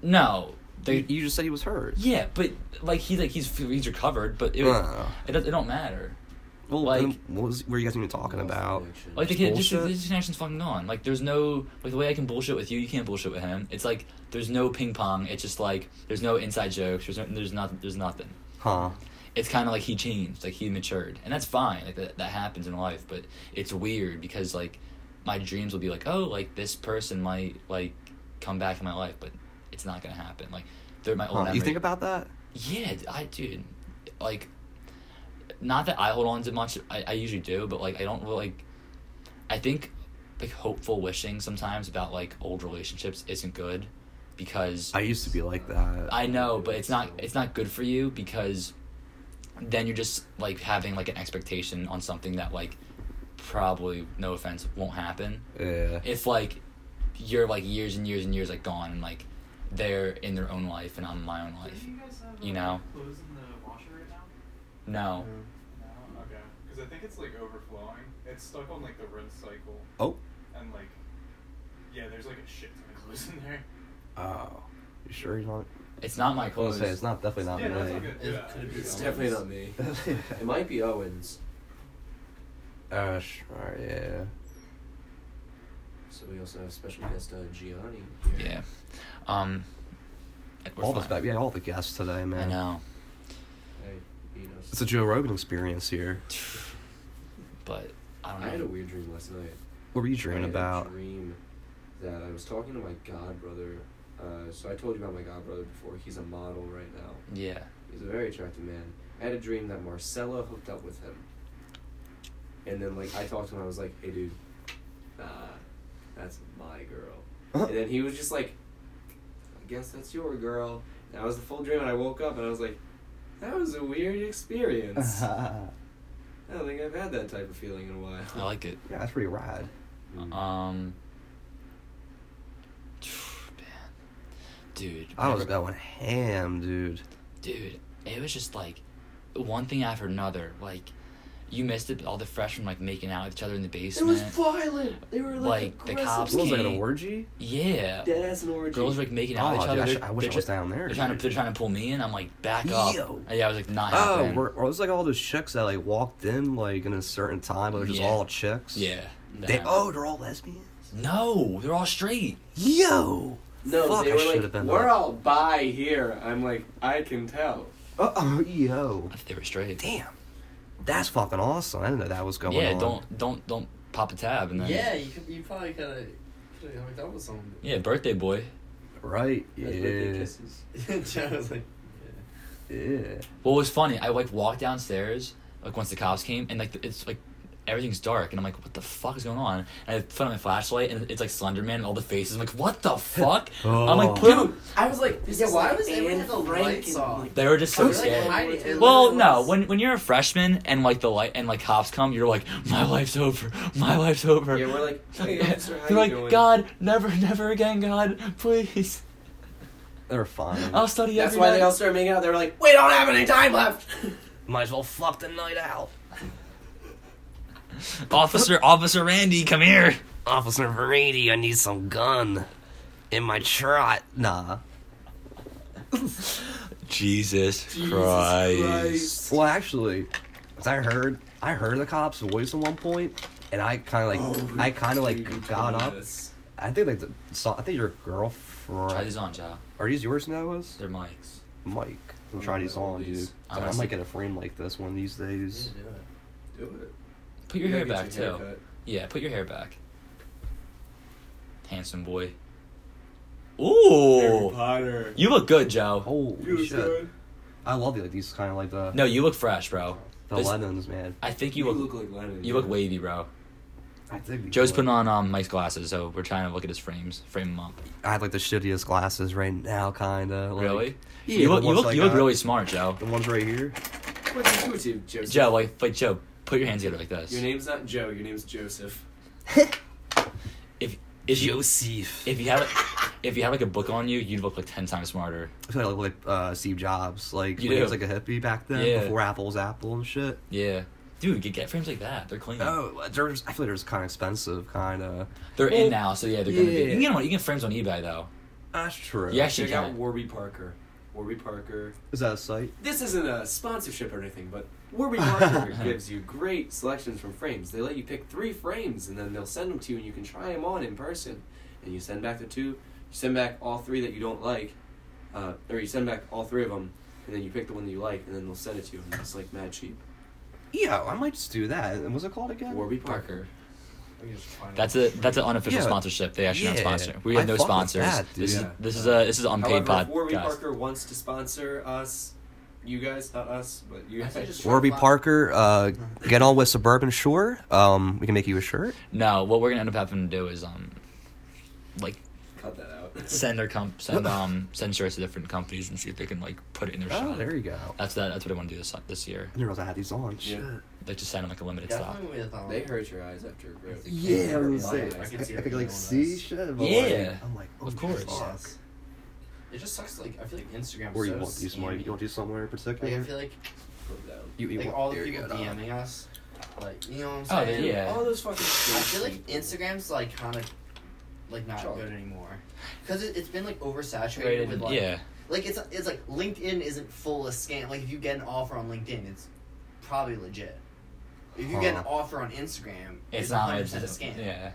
Speaker 1: no.
Speaker 2: You,
Speaker 1: There,
Speaker 2: you just said he was hurt.
Speaker 1: yeah, but like he like he's he's recovered, but it was,
Speaker 2: Ah.
Speaker 1: it, does, it don't matter.
Speaker 2: Well,
Speaker 1: Like-
Speaker 2: then what was were you guys even talking
Speaker 3: Lost
Speaker 2: about?
Speaker 3: connection.
Speaker 1: Like the kid, just
Speaker 2: bullshit?
Speaker 1: this connection's fucking gone. Like there's no like the way I can bullshit with you, you can't bullshit with him. It's like there's no ping pong. It's just like there's no inside jokes. There's no, there's not there's nothing.
Speaker 2: Huh?
Speaker 1: It's kind of like he changed, like he matured, and that's fine. Like that that happens in life, but it's weird because like my dreams will be like, oh, like this person might like come back in my life, but it's not gonna happen. Like they're my old.
Speaker 2: huh. You
Speaker 1: memory-
Speaker 2: think about that?
Speaker 1: yeah, d- I dude, like, not that I hold on to much. I, I usually do, but like I don't really like. I think like hopeful wishing sometimes about like old relationships isn't good, because
Speaker 2: I used to be like that.
Speaker 1: I know, but it's not it's not good for you because then you're just like having like an expectation on something that like probably no offense won't happen
Speaker 2: yeah.
Speaker 1: if like you're like years and years and years like gone and like they're in their own life and I'm in my own life.
Speaker 5: Do you guys have
Speaker 1: you
Speaker 5: uh,
Speaker 1: know?
Speaker 5: clothes in the washer right now?
Speaker 1: No.
Speaker 4: Mm-hmm.
Speaker 5: No. Okay. Because I think it's like overflowing. It's stuck on like the rinse cycle,
Speaker 2: Oh.
Speaker 5: and like, yeah, there's like a shit ton of clothes in there.
Speaker 2: Oh. You sure he's not?
Speaker 1: It's not my
Speaker 2: I was
Speaker 1: clothes.
Speaker 2: gonna say it's not definitely not
Speaker 5: yeah, no, it's
Speaker 2: me.
Speaker 5: all good.
Speaker 4: It
Speaker 5: yeah.
Speaker 4: could be
Speaker 3: It's definitely not me. It might be Owens.
Speaker 2: Uh, sure, yeah.
Speaker 3: So we also have special guest uh, Gianni.
Speaker 1: Yeah. Um, Like, we're
Speaker 2: All the
Speaker 1: fine.
Speaker 2: yeah, all the guests today, man.
Speaker 1: I know,
Speaker 3: Hey, beat us.
Speaker 2: It's a Joe Rogan experience here.
Speaker 1: but I don't know.
Speaker 3: I had a weird dream last night.
Speaker 2: What were you
Speaker 3: I
Speaker 2: dreaming
Speaker 3: had
Speaker 2: about?
Speaker 3: A dream that I was talking to my god brother. Uh, so I told you about my god brother before. He's a model right now.
Speaker 1: yeah.
Speaker 3: He's a very attractive man. I had a dream that Marcella hooked up with him. And then like I talked to him, I was like, "Hey, dude, nah, that's my girl." And then he was just like, "I guess that's your girl." And that was the full dream, and I woke up and I was like, "That was a weird experience. I don't think I've had that type of feeling in a while."
Speaker 1: I like it.
Speaker 2: Yeah, that's pretty rad.
Speaker 3: Mm.
Speaker 1: Um, man, dude,
Speaker 2: I was going ham, dude.
Speaker 1: dude, it was just like one thing after another. Like, you missed it. All the freshmen like making out with each other in the
Speaker 3: It
Speaker 1: basement.
Speaker 3: was violent. They were like,
Speaker 1: Like, the cops
Speaker 2: What was that, an
Speaker 1: King.
Speaker 2: orgy?
Speaker 1: yeah,
Speaker 3: dead ass an orgy.
Speaker 1: girls were, like making out
Speaker 2: Oh,
Speaker 1: with each
Speaker 2: dude,
Speaker 1: other.
Speaker 2: I, sh-
Speaker 1: They're-
Speaker 2: I wish
Speaker 1: they're
Speaker 2: I was
Speaker 1: ju-
Speaker 2: down there.
Speaker 1: They're trying to
Speaker 2: dude.
Speaker 1: they're trying to pull me in. I'm like back up.
Speaker 2: Yo.
Speaker 1: Yeah, I was like not
Speaker 2: Oh,
Speaker 1: happening.
Speaker 2: were, or was like all those chicks that like walked in like in a certain time, but it was just
Speaker 1: Yeah.
Speaker 2: all chicks.
Speaker 1: yeah.
Speaker 2: They,
Speaker 1: nah.
Speaker 2: oh, they're all lesbians.
Speaker 1: No, they're all straight.
Speaker 2: Yo.
Speaker 3: no,
Speaker 2: Fuck,
Speaker 3: they
Speaker 2: I
Speaker 3: were
Speaker 2: should
Speaker 3: like,
Speaker 2: have been
Speaker 3: "We're
Speaker 2: there.
Speaker 3: all by here." I'm like, I can tell.
Speaker 2: Uh oh, yo.
Speaker 1: I think they were straight.
Speaker 2: Damn. That's fucking awesome. I didn't know that was going
Speaker 1: yeah,
Speaker 2: on.
Speaker 1: don't don't don't pop a tab and then
Speaker 4: Yeah, you could, you probably could have could have hooked up with someone.
Speaker 1: Yeah, birthday boy.
Speaker 2: Right.
Speaker 3: That's birthday
Speaker 2: Yeah.
Speaker 3: kisses.
Speaker 4: Chad was like,
Speaker 2: Yeah.
Speaker 1: What was funny? I like walked downstairs like once the cops came and like it's like everything's dark and I'm like, what the fuck is going on? And I put on my flashlight and it's like Slenderman and all the faces. I'm like, what the fuck? I'm like, put.
Speaker 4: dude, I was like,
Speaker 3: This
Speaker 4: yeah,
Speaker 3: is
Speaker 4: why
Speaker 3: like
Speaker 4: was everyone
Speaker 3: Anne
Speaker 4: had the
Speaker 3: Frank
Speaker 4: lights
Speaker 3: and,
Speaker 4: off?
Speaker 3: like,
Speaker 1: They were just
Speaker 4: I
Speaker 1: so
Speaker 4: was, like,
Speaker 1: scared.
Speaker 4: hiding- it literally
Speaker 1: Well, no.
Speaker 4: was-
Speaker 1: When when you're a freshman and like the light and like cops come, you're like, my life's over. My life's over.
Speaker 3: Yeah, we're like, "Hey,
Speaker 1: Yeah.
Speaker 3: officer, how
Speaker 1: They're
Speaker 3: you
Speaker 1: like,
Speaker 3: doing?"
Speaker 1: God, never, never again, God, please.
Speaker 2: They're fine.
Speaker 1: I'll study
Speaker 3: That's
Speaker 1: every
Speaker 3: why they
Speaker 1: night."
Speaker 3: all started making out. They were like, "We don't have any time left."
Speaker 2: Might as well fuck the night out.
Speaker 1: Officer, Officer Randy, come here.
Speaker 2: Officer Verady, I need some gun in my trot. Nah.
Speaker 1: Jesus,
Speaker 2: Well, actually, as I heard, I heard the cops' voice at one point, and I kind of like, I kind of like got up. I think like the, so, I think your
Speaker 1: Try
Speaker 2: girlfriend.
Speaker 1: these on, child.
Speaker 2: Are these yours now, is
Speaker 1: They're mics.
Speaker 2: Mike? I'm trying these on, dude.
Speaker 1: I'm
Speaker 2: I
Speaker 1: gonna-
Speaker 2: might get a frame like this one of these days.
Speaker 3: Do it.
Speaker 1: Put your
Speaker 3: You
Speaker 1: hair
Speaker 3: gotta
Speaker 1: back
Speaker 3: get
Speaker 1: too.
Speaker 3: your haircut.
Speaker 1: Yeah, put your hair back. Handsome boy. Ooh,
Speaker 5: Potter.
Speaker 1: you look good, Joe.
Speaker 2: Holy
Speaker 5: You look
Speaker 2: shit!
Speaker 5: good.
Speaker 2: I love the, like these kind of like the
Speaker 1: No, you look fresh, bro.
Speaker 2: the
Speaker 1: This-
Speaker 2: Lennons, man.
Speaker 1: I think
Speaker 3: You
Speaker 1: you
Speaker 3: look
Speaker 1: look
Speaker 3: like Lennon.
Speaker 1: you look wavy, bro.
Speaker 2: I think these
Speaker 1: Joe's
Speaker 2: are-
Speaker 1: putting on um Mike's glasses, so we're trying to look at his frames, frame them up.
Speaker 2: I have like the shittiest glasses right now, kind of. Like,
Speaker 1: Really?
Speaker 2: Yeah,
Speaker 1: you look you
Speaker 2: the ones
Speaker 1: look
Speaker 2: I
Speaker 1: you look
Speaker 2: got.
Speaker 1: really smart, Joe.
Speaker 2: The ones right here.
Speaker 3: What's your YouTube, Joseph?
Speaker 1: Joe, like like Joe, put your hands together like this.
Speaker 3: Your name's not Joe. Your name's Joseph.
Speaker 1: If if you
Speaker 2: Joseph.
Speaker 1: if you had if you had like a book on you, you'd look like ten times smarter.
Speaker 2: I feel like I look like uh, Steve Jobs, like
Speaker 1: You
Speaker 2: when he
Speaker 1: do.
Speaker 2: was like a hippie back then,
Speaker 1: Yeah.
Speaker 2: before Apple was Apple and shit.
Speaker 1: Yeah, dude, get, get frames like that. They're clean.
Speaker 2: Oh, they're just, I feel like they're just kind of expensive, kind of.
Speaker 1: They're
Speaker 2: Well,
Speaker 1: in now, so yeah, they're gonna be.
Speaker 2: yeah.
Speaker 1: You can get 'em on, you can get frames on eBay though.
Speaker 2: That's true.
Speaker 1: You actually
Speaker 3: Check out
Speaker 1: can.
Speaker 3: Warby Parker. Warby Parker.
Speaker 2: Is that a site?
Speaker 3: This isn't a sponsorship or anything, but Warby Parker gives you great selections from frames. They let you pick three frames, and then they'll send them to you, and you can try them on in person. And you send back the two, you send back all three that you don't like, uh, or you send back all three of them, and then you pick the one that you like, and then they'll send it to you, and it's like mad cheap.
Speaker 2: Yeah, I might just do that. And what's it called again?
Speaker 3: Warby Parker.
Speaker 1: Parker. That's a that's an unofficial
Speaker 2: Yeah.
Speaker 1: sponsorship. They actually
Speaker 2: Yeah.
Speaker 1: don't sponsor. We have
Speaker 2: I
Speaker 1: no
Speaker 2: fuck with
Speaker 1: sponsors.
Speaker 2: that,
Speaker 1: this is
Speaker 2: dude.
Speaker 1: this is a this is unpaid
Speaker 3: However, if
Speaker 1: pod.
Speaker 3: Warby
Speaker 1: podcast.
Speaker 3: Parker wants to sponsor us, you guys, not us, but you
Speaker 4: I
Speaker 3: guys.
Speaker 4: said just-
Speaker 2: Warby Parker, uh, get on with Suburban Shore. Um, we can make you a shirt.
Speaker 1: No, what we're gonna end up having to do is um, like
Speaker 3: cut that out.
Speaker 1: send their comp send um send shirts to different companies and see if they can like put it in their
Speaker 2: Oh,
Speaker 1: shop.
Speaker 2: there you go. I
Speaker 1: That's that. That's what I want to do this this year.
Speaker 2: didn't realize I had these on.
Speaker 3: Yeah.
Speaker 2: Shit.
Speaker 1: Like just send them like a limited stock.
Speaker 4: Definitely with um,
Speaker 3: They hurt your eyes after it grows.
Speaker 2: Yeah, I was
Speaker 4: Yeah,
Speaker 2: gonna say.
Speaker 4: I
Speaker 2: I
Speaker 4: can see
Speaker 2: could,
Speaker 4: it being
Speaker 2: like
Speaker 4: on
Speaker 2: see
Speaker 4: us.
Speaker 2: shit. But
Speaker 1: Yeah.
Speaker 2: Like, I'm like, oh,
Speaker 1: Of course.
Speaker 2: Fuck.
Speaker 4: Yes. It just sucks. Like I feel like Instagram.
Speaker 2: Where
Speaker 4: so
Speaker 2: you want these,
Speaker 4: scammy.
Speaker 2: Mike? You want these somewhere in
Speaker 4: Like I
Speaker 2: particular?
Speaker 4: feel like
Speaker 2: You, you
Speaker 4: like
Speaker 2: want- uh,
Speaker 4: all the
Speaker 2: there you
Speaker 4: people
Speaker 2: go, Uh-huh. dog.
Speaker 4: DMing us, like you know what
Speaker 1: Oh,
Speaker 4: I'm saying?
Speaker 1: yeah.
Speaker 3: All those fucking.
Speaker 4: I feel like Instagram's like kind of like not
Speaker 3: Chalk.
Speaker 4: good anymore because it, it's been like oversaturated
Speaker 1: Rated-
Speaker 4: with like
Speaker 1: yeah.
Speaker 4: like it's it's like LinkedIn isn't full of scam. Like if you get an offer on LinkedIn, it's probably legit. If you get an
Speaker 2: Huh.
Speaker 4: offer on Instagram,
Speaker 1: It's
Speaker 4: it's
Speaker 1: not.
Speaker 4: hundred
Speaker 1: It's
Speaker 4: percent a
Speaker 1: just,
Speaker 4: scam.
Speaker 1: yeah.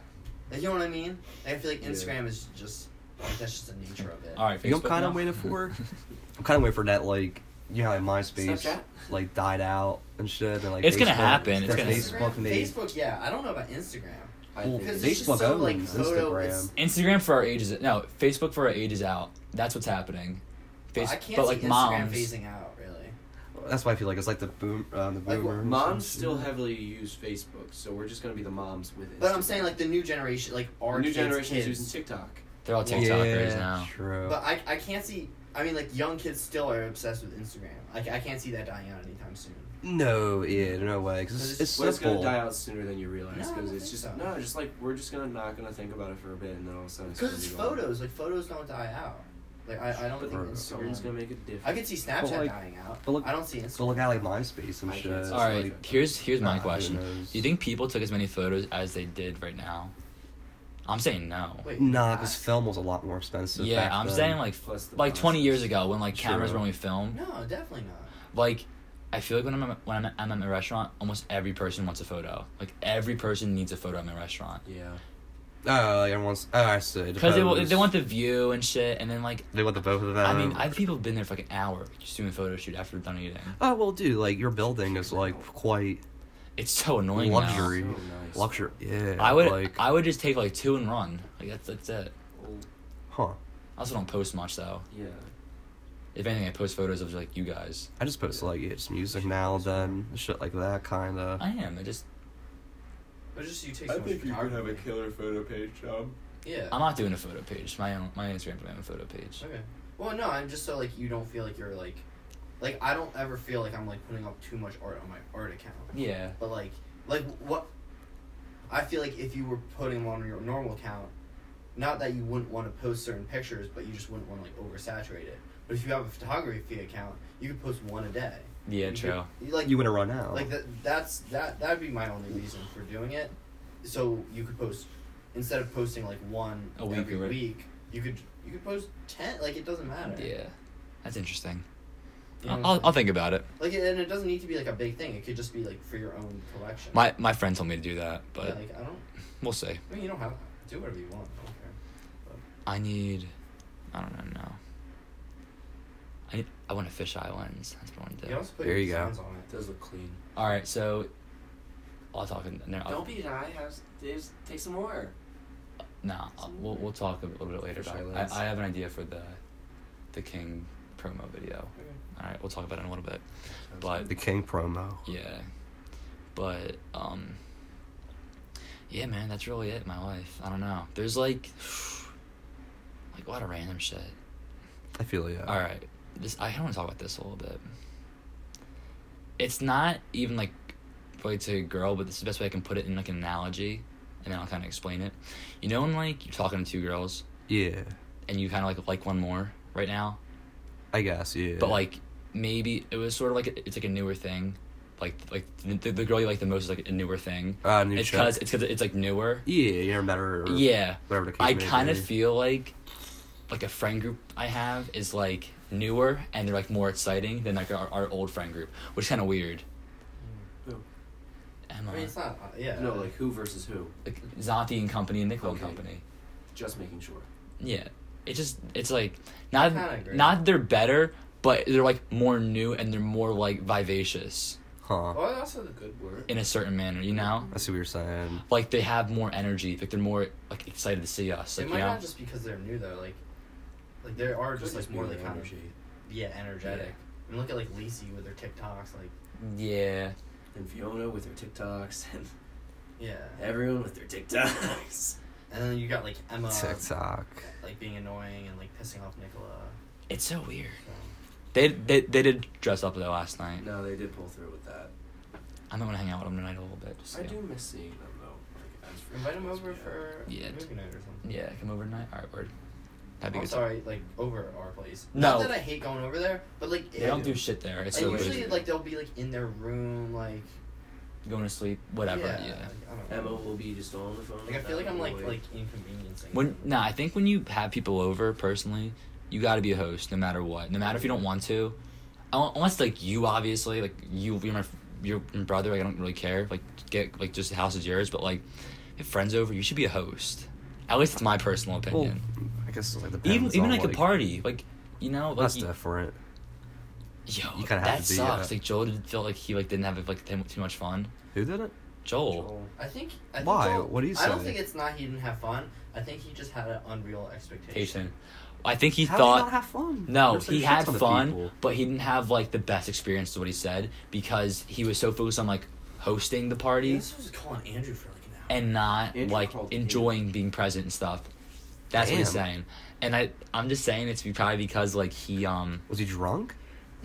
Speaker 4: Like, you know what I mean? Like, I feel like
Speaker 3: Yeah.
Speaker 4: Instagram is just Like, that's just the nature of it.
Speaker 1: All right, Facebook.
Speaker 2: You know what kinda
Speaker 1: now?
Speaker 2: waited for? I'm kind of waiting for that like you know how, like MySpace
Speaker 3: Snapchat?
Speaker 2: like died out and shit. And, like
Speaker 1: It's gonna
Speaker 2: Facebook-
Speaker 1: happen, it's
Speaker 2: Facebook
Speaker 1: gonna-
Speaker 2: Facebook made
Speaker 4: Facebook, yeah. I don't know about Instagram.
Speaker 3: I
Speaker 2: well,
Speaker 3: think-
Speaker 4: Because it's just
Speaker 2: Facebook
Speaker 4: so, like,
Speaker 2: owns
Speaker 4: photo-
Speaker 2: Instagram.
Speaker 4: it's-
Speaker 1: Instagram for our ages. No, Facebook for our ages out. That's what's happening.
Speaker 4: But
Speaker 1: Face-
Speaker 4: I can't
Speaker 1: but
Speaker 4: see
Speaker 1: like
Speaker 4: Instagram
Speaker 1: moms.
Speaker 4: phasing out really.
Speaker 2: That's why I feel like it's like the boom, uh, the
Speaker 3: Like,
Speaker 2: boomers.
Speaker 3: moms still heavily use Facebook, so we're just gonna be the moms with it.
Speaker 4: But I'm saying like the new generation, like our
Speaker 3: new
Speaker 4: kids,
Speaker 3: generation is
Speaker 4: kids.
Speaker 3: using TikTok.
Speaker 1: They're all
Speaker 4: Yeah,
Speaker 1: TikTokers now.
Speaker 2: True.
Speaker 4: But I, I can't see. I mean, like young kids still are obsessed with Instagram. Like I can't see that dying out anytime soon.
Speaker 2: no, yeah, no way. Because it's, it's
Speaker 3: Well, it's gonna
Speaker 2: simple.
Speaker 3: die out sooner than you realize
Speaker 4: No, I
Speaker 3: because
Speaker 4: don't
Speaker 3: it's
Speaker 4: think
Speaker 3: just
Speaker 4: so.
Speaker 3: no, just like we're just gonna not gonna think about it for a bit, and then all of a sudden
Speaker 4: Because it's
Speaker 3: gonna be gone.
Speaker 4: photos. Like photos don't die out. Like I, I don't
Speaker 3: But
Speaker 4: think
Speaker 2: Bro.
Speaker 3: someone's gonna
Speaker 4: Instagram.
Speaker 3: make a difference.
Speaker 4: I could see Snapchat
Speaker 2: But, like-
Speaker 4: dying out.
Speaker 2: but look-
Speaker 4: I don't see Instagram.
Speaker 2: So look at like MySpace and
Speaker 3: I
Speaker 2: shit.
Speaker 3: guess.
Speaker 2: it's
Speaker 1: All right,
Speaker 2: like-
Speaker 1: here's here's
Speaker 2: nah,
Speaker 1: my
Speaker 2: who
Speaker 1: question.
Speaker 2: knows?
Speaker 1: Do you think people took as many photos as they did right now? I'm saying no.
Speaker 4: Wait,
Speaker 2: Nah,
Speaker 4: I-
Speaker 2: because film was a lot more expensive.
Speaker 1: yeah,
Speaker 2: back
Speaker 1: I'm
Speaker 2: then.
Speaker 1: saying like
Speaker 3: Plus the
Speaker 1: like 20 years
Speaker 3: process.
Speaker 1: ago when like cameras
Speaker 2: True.
Speaker 1: were only film.
Speaker 4: No, definitely not.
Speaker 1: Like, I feel like when I'm when I'm, I'm at a restaurant, almost every person wants a photo. Like every person needs a photo at my restaurant
Speaker 3: Yeah.
Speaker 2: Oh, like everyone's. Oh, I see.
Speaker 1: because they wa-
Speaker 2: depends.
Speaker 1: they want the view and shit. And then like
Speaker 2: They want the both of them.
Speaker 1: I mean, I've people have been there for like an hour just doing a photo shoot after they're done eating.
Speaker 2: Oh well, dude. Like your building is like quite
Speaker 1: It's so annoying. now.
Speaker 2: Luxury.
Speaker 3: So nice.
Speaker 2: luxury. Yeah.
Speaker 1: I would
Speaker 2: like.
Speaker 1: I would just take like two and run. Like that's that's it.
Speaker 3: Oh,
Speaker 2: huh.
Speaker 1: I also don't post much though.
Speaker 3: yeah.
Speaker 1: If anything, I post photos of like you guys.
Speaker 2: I just post like it's music now, then shit like that kind of.
Speaker 1: I am. I just
Speaker 4: But just you take. So much photography.
Speaker 3: killer photo page job.
Speaker 4: Yeah.
Speaker 1: I'm not doing a photo page. My own my Instagram my own photo page.
Speaker 4: Okay. Well, no, I'm just so like you don't feel like you're like, like I don't ever feel like I'm like putting up too much art on my art account.
Speaker 1: Yeah.
Speaker 4: But like, like what? I feel like if you were putting one on your normal account, not that you wouldn't want to post certain pictures, but you just wouldn't want to like oversaturate it. But if you have a photography account, you could post one a day.
Speaker 1: Yeah.
Speaker 4: You could-
Speaker 1: True.
Speaker 4: you, like
Speaker 2: You want to run out?
Speaker 4: like that. That's that. That'd be my only reason for doing it. So you could post instead of posting like one
Speaker 1: A week
Speaker 4: every
Speaker 1: or-
Speaker 4: week. You could you could post ten. Like it doesn't matter.
Speaker 1: Yeah. That's interesting.
Speaker 4: You know
Speaker 1: I'll,
Speaker 4: what I'm
Speaker 1: I'll, I'll think about it.
Speaker 4: saying? Like and it doesn't need to be like a big thing. It could just be like for your own collection.
Speaker 1: My my friend told me to do that, but
Speaker 4: Yeah, like I don't.
Speaker 1: we'll see.
Speaker 4: I mean, you don't have do whatever you want. I don't care.
Speaker 1: I need. I don't know. No. I need, I want a fisheye lens. That's what I want to
Speaker 4: You
Speaker 1: do.
Speaker 4: can also put
Speaker 2: There
Speaker 4: your
Speaker 2: you go.
Speaker 4: sounds on it.
Speaker 3: It does look clean.
Speaker 1: All right. So. I'll talk in there. I'll-
Speaker 3: Don't be shy. Have there's, take some more.
Speaker 1: Nah, I'll- we'll, we'll talk a little bit later about
Speaker 3: Fisheye
Speaker 1: it.
Speaker 3: lens.
Speaker 1: I, I have an idea for the the King promo video. All right, we'll talk about it in a little bit. But
Speaker 2: the King promo.
Speaker 1: yeah, but um, yeah, man, that's really it. in My life. I don't know. There's like, like what a random shit.
Speaker 2: I feel yeah.
Speaker 1: All right, this I want to talk about this a little bit. It's not even like really to a girl, but this is the best way I can put it in like an analogy, and then I'll kind of explain it. You know, when like you're talking to two girls,
Speaker 2: Yeah.
Speaker 1: and you kind of like like one more right now.
Speaker 2: I guess. Yeah.
Speaker 1: But like maybe it was sort of like a, it's like a newer thing, like like the, the girl you like the most is like a newer thing.
Speaker 2: Uh, new
Speaker 1: it's
Speaker 2: chick.
Speaker 1: because it's because it's like newer.
Speaker 2: Yeah, you're better. Or
Speaker 1: Yeah,
Speaker 2: Whatever the case
Speaker 1: I
Speaker 2: may
Speaker 1: kind of
Speaker 2: be.
Speaker 1: feel like like a friend group I have is like newer and they're like more exciting than like our, our old friend group, which is kind of weird.
Speaker 3: Who?
Speaker 1: Emma,
Speaker 4: I mean, it's not. Uh, yeah.
Speaker 3: No, like who versus who?
Speaker 1: like Zati and company and Nicola and
Speaker 3: Okay.
Speaker 1: company.
Speaker 3: Just making sure.
Speaker 1: Yeah, it just it's like not
Speaker 4: kinda agree.
Speaker 1: not they're better, but they're like more new and they're more like vivacious
Speaker 2: Huh.
Speaker 4: Well, that's a good word.
Speaker 1: in a certain manner. You know,
Speaker 2: I see what you're saying.
Speaker 1: like they have more energy. Like they're more like excited to see us. Like
Speaker 4: it
Speaker 1: you
Speaker 4: might
Speaker 1: know,
Speaker 4: not just because they're new though. Like, like there are just like more
Speaker 3: the
Speaker 4: like kind of yeah energetic.
Speaker 1: Yeah.
Speaker 4: I mean, look at like Lacey with her TikToks. Like,
Speaker 1: yeah.
Speaker 3: And Fiona with her TikToks and
Speaker 4: yeah.
Speaker 3: everyone with their TikToks.
Speaker 4: And then you got like Emma,
Speaker 2: TikTok.
Speaker 4: like being annoying and like pissing off Nicola.
Speaker 1: It's so weird.
Speaker 4: So.
Speaker 1: They they they did dress up though last night.
Speaker 3: No, they did pull through with that.
Speaker 1: I'm gonna hang out with them tonight a little bit. Just
Speaker 3: I
Speaker 1: yeah.
Speaker 3: do miss seeing them though. Like, as friends,
Speaker 4: Invite him over
Speaker 3: yeah.
Speaker 4: for
Speaker 1: Yeah.
Speaker 4: movie night or something.
Speaker 1: Yeah, come over tonight. All right, word. That'd be
Speaker 4: I'm
Speaker 1: good.
Speaker 4: sorry, like over at our place.
Speaker 1: No.
Speaker 4: Not that I hate going over there, but like
Speaker 1: They
Speaker 4: it-
Speaker 1: don't do shit there. It's
Speaker 4: And
Speaker 1: so
Speaker 3: weird.
Speaker 4: usually,
Speaker 1: good.
Speaker 4: like they'll be like in their room, like
Speaker 1: Going to sleep, whatever. Yeah.
Speaker 4: like, I don't know.
Speaker 3: Emma will be just on the phone.
Speaker 4: Like I
Speaker 3: with
Speaker 4: feel like
Speaker 3: that
Speaker 4: I'm like
Speaker 3: boy.
Speaker 4: like inconveniencing.
Speaker 1: When
Speaker 4: them.
Speaker 1: nah, I think when you have people over personally, you got to be a host no matter what. No matter if you don't want to, Un- unless like you obviously like you you're my f- your brother. Like I don't really care. Like get like just the house is yours. But like if friends over, you should be a host. At least it's my personal
Speaker 2: Well,
Speaker 1: opinion.
Speaker 2: I guess it's like the
Speaker 1: even
Speaker 2: parents
Speaker 1: even
Speaker 2: all,
Speaker 1: like a party, like you know, like
Speaker 2: That's
Speaker 1: you-
Speaker 2: different.
Speaker 1: yo,
Speaker 2: You kinda
Speaker 1: that
Speaker 2: have to be,
Speaker 1: sucks.
Speaker 2: uh,
Speaker 1: Like Joel didn't feel like he like didn't have like too too much fun.
Speaker 2: Who did it?
Speaker 1: Joel,
Speaker 4: I think. I think
Speaker 2: Why?
Speaker 4: Joel-
Speaker 2: What do you
Speaker 4: I don't
Speaker 2: say?
Speaker 4: think it's not he didn't have fun. I think he just had an unreal expectation.
Speaker 1: patient. I think he
Speaker 2: How did
Speaker 1: thought
Speaker 2: not have fun?
Speaker 1: No,
Speaker 2: There's, like,
Speaker 1: he
Speaker 2: shit
Speaker 1: had
Speaker 2: ton of
Speaker 1: fun,
Speaker 2: people.
Speaker 1: but he didn't have like the best experience, is what he said, because he was so focused on like hosting the
Speaker 4: Dude,
Speaker 1: parties
Speaker 4: This was calling Andrew for like an hour.
Speaker 1: and not
Speaker 3: Andrew
Speaker 1: like
Speaker 3: called
Speaker 1: enjoying being present and stuff. That's what he's
Speaker 2: Damn.
Speaker 1: saying, and I I'm just saying it's be- probably because like he um
Speaker 2: Was he drunk?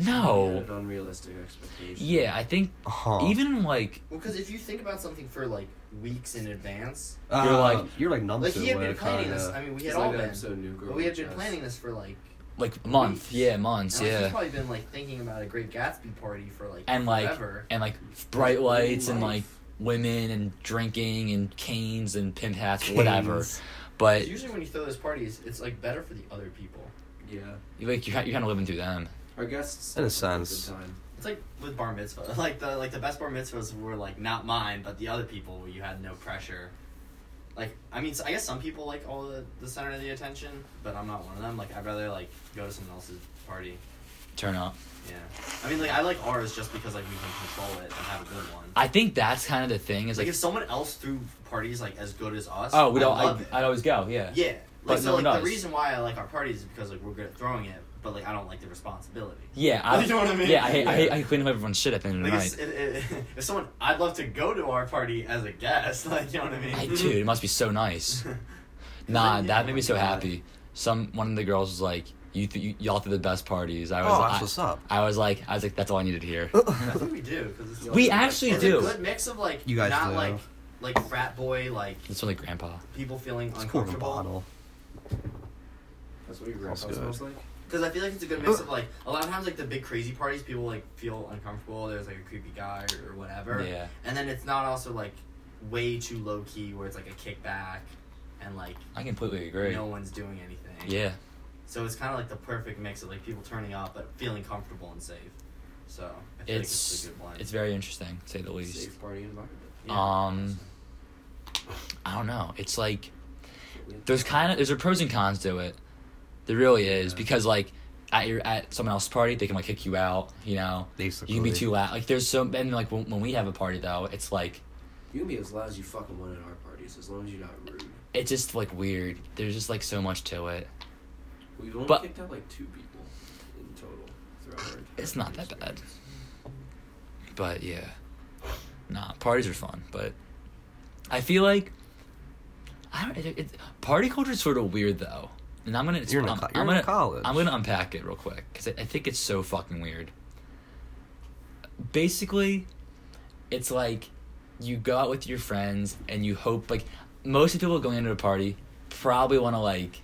Speaker 1: no
Speaker 3: An unrealistic expectation.
Speaker 1: yeah I think
Speaker 2: Huh.
Speaker 1: even like
Speaker 4: Well, because if you think about something for like weeks in advance,
Speaker 2: Uh,
Speaker 1: You're like-
Speaker 2: you're like numb
Speaker 4: like
Speaker 2: to
Speaker 4: he had
Speaker 2: it,
Speaker 4: been planning
Speaker 2: kinda.
Speaker 4: this. I mean, we
Speaker 3: It's
Speaker 4: had
Speaker 3: like
Speaker 4: all
Speaker 3: that
Speaker 4: been,
Speaker 3: episode New Girl.
Speaker 4: but we had been
Speaker 3: Jess.
Speaker 4: planning this for like.
Speaker 1: like month
Speaker 4: Weeks.
Speaker 1: yeah months
Speaker 4: and, like,
Speaker 1: yeah
Speaker 4: He's probably been like thinking about a Great Gatsby party for like
Speaker 1: and like
Speaker 4: forever.
Speaker 1: and like bright lights and like
Speaker 3: Life.
Speaker 1: women and drinking and canes and pimp hats whatever, but
Speaker 4: 'Cause usually when you throw those parties, it's like better for the other people.
Speaker 3: Yeah.
Speaker 1: like you ha- you kind of living through them.
Speaker 3: Our guests.
Speaker 2: In a
Speaker 3: had good
Speaker 2: sense.
Speaker 3: time.
Speaker 4: It's like with bar mitzvah. Like the like the best bar mitzvahs were like not mine, but the other people where you had no pressure. Like I mean, so I guess some people like all the, the center of the attention, but I'm not one of them. Like I'd rather like go to someone else's party.
Speaker 1: Turn up.
Speaker 4: Yeah, I mean, like I like ours just because like we can control it and have a good one.
Speaker 1: I think that's kind of the thing is
Speaker 4: like
Speaker 1: like,
Speaker 4: if someone else threw parties like as good as us,
Speaker 1: oh, we don't.
Speaker 4: I love
Speaker 1: I,
Speaker 4: it.
Speaker 1: I'd always go. Yeah.
Speaker 4: Yeah.
Speaker 1: But
Speaker 4: Like, so,
Speaker 1: no
Speaker 4: like,
Speaker 1: one
Speaker 4: the
Speaker 1: does.
Speaker 4: reason why I like our parties is because, like, we're good at throwing it, but, like, I don't like the responsibility.
Speaker 1: Yeah. I,
Speaker 4: You know what I mean?
Speaker 1: Yeah. I hate. I hate.
Speaker 4: Yeah.
Speaker 1: I clean up everyone's shit at the end of the
Speaker 4: Like, it's-
Speaker 1: night.
Speaker 4: it, it, if someone, I'd love to go to our party as a guest, like, you know what I mean?
Speaker 1: I, dude, it must be so nice. Nah, that made me so happy. Some one of the girls was like, "You, th- you y'all threw the best parties." I was.
Speaker 2: Oh,
Speaker 1: like,
Speaker 2: that's what's up.
Speaker 1: I was like, I was like, that's all I needed to hear.
Speaker 4: I think we do. 'cause it's-
Speaker 1: We actually
Speaker 4: it's
Speaker 1: do.
Speaker 4: a good mix of, like,
Speaker 2: You guys
Speaker 4: not,
Speaker 2: do.
Speaker 4: like, like, frat boy, like,
Speaker 1: It's only grandpa.
Speaker 4: people feeling
Speaker 2: It's cool in a
Speaker 4: uncomfortable.
Speaker 2: bottle.
Speaker 3: That's what your grandpa
Speaker 2: Sounds good.
Speaker 3: smells like.
Speaker 4: Because I feel like it's a good mix of, like, a lot of times, like, the big crazy parties, people, like, feel uncomfortable. There's, like, a creepy guy or, or whatever.
Speaker 1: Yeah.
Speaker 4: And then it's not also, like, way too low key where it's, like, a kickback and, like,
Speaker 1: I completely agree.
Speaker 4: no one's doing anything.
Speaker 1: Yeah.
Speaker 4: So it's kind of like the perfect mix of like people turning up but feeling comfortable and safe. So I feel like it's
Speaker 1: It's
Speaker 4: a good one.
Speaker 1: it's very interesting, to say the least.
Speaker 3: Safe party environment.
Speaker 1: Um, I don't know. It's like there's kind of there's a pros and cons to it. There really is
Speaker 3: Yeah.
Speaker 1: because like at your at someone else's party, they can like kick you out. You know,
Speaker 2: Basically.
Speaker 1: you can be too loud. Like there's so and like when, when we have a party though, it's like
Speaker 3: You can be as loud as you fucking want at our parties, as long as you're not rude.
Speaker 1: it's just like weird. There's just like so much to it.
Speaker 3: We've only
Speaker 1: But-
Speaker 3: kicked out like two people in total throughout our
Speaker 1: It's
Speaker 3: entire
Speaker 1: not that
Speaker 3: experience.
Speaker 1: But yeah, nah, parties are fun. But I feel like I don't. It, it, party culture is sort of weird though, and I'm gonna.
Speaker 2: You're in a
Speaker 1: I'm,
Speaker 2: co-
Speaker 1: I'm
Speaker 2: you're in
Speaker 1: gonna,
Speaker 2: college.
Speaker 1: I'm gonna unpack it real quick because I, I think it's so fucking weird. Basically, it's like you go out with your friends and you hope like most of the people going into a party probably want to like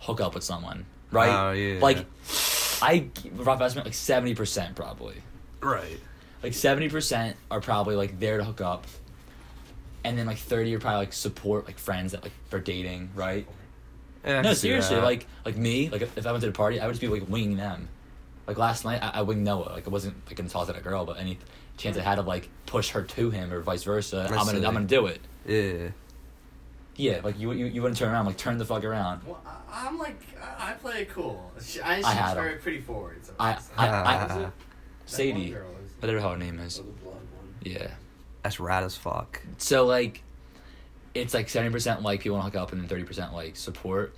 Speaker 1: hook up with someone, right?
Speaker 2: Oh, yeah.
Speaker 1: Like I rough estimate like seventy percent probably
Speaker 2: Right.
Speaker 1: like seventy percent are probably like there to hook up, and then like thirty are probably like support like friends that like for dating, right?
Speaker 2: Yeah, I can
Speaker 1: no,
Speaker 2: see
Speaker 1: seriously,
Speaker 2: that.
Speaker 1: like like me, like if, if I went to the party, I would just be like winging them. Like last night, I, I winged Noah. Like I wasn't like gonna talk to that girl, but any chance I had to like push her to him or vice versa,
Speaker 2: I
Speaker 1: I'm gonna
Speaker 2: see.
Speaker 1: I'm gonna do it.
Speaker 2: Yeah.
Speaker 1: Yeah, like you you you wouldn't turn around, like turn the fuck around.
Speaker 4: well, I, I'm like I, I play it cool. She, I, she's
Speaker 1: had 'em.
Speaker 4: very pretty forward. So
Speaker 1: I
Speaker 4: it's-
Speaker 1: I,
Speaker 2: Ah.
Speaker 1: I
Speaker 2: That
Speaker 4: that one
Speaker 1: Sadie,
Speaker 4: girl is-
Speaker 1: whatever her name is.
Speaker 3: Oh, the blonde one.
Speaker 1: Yeah.
Speaker 2: That's rad as fuck.
Speaker 1: So like, it's like seventy percent like people want to hook up, and then thirty percent like support,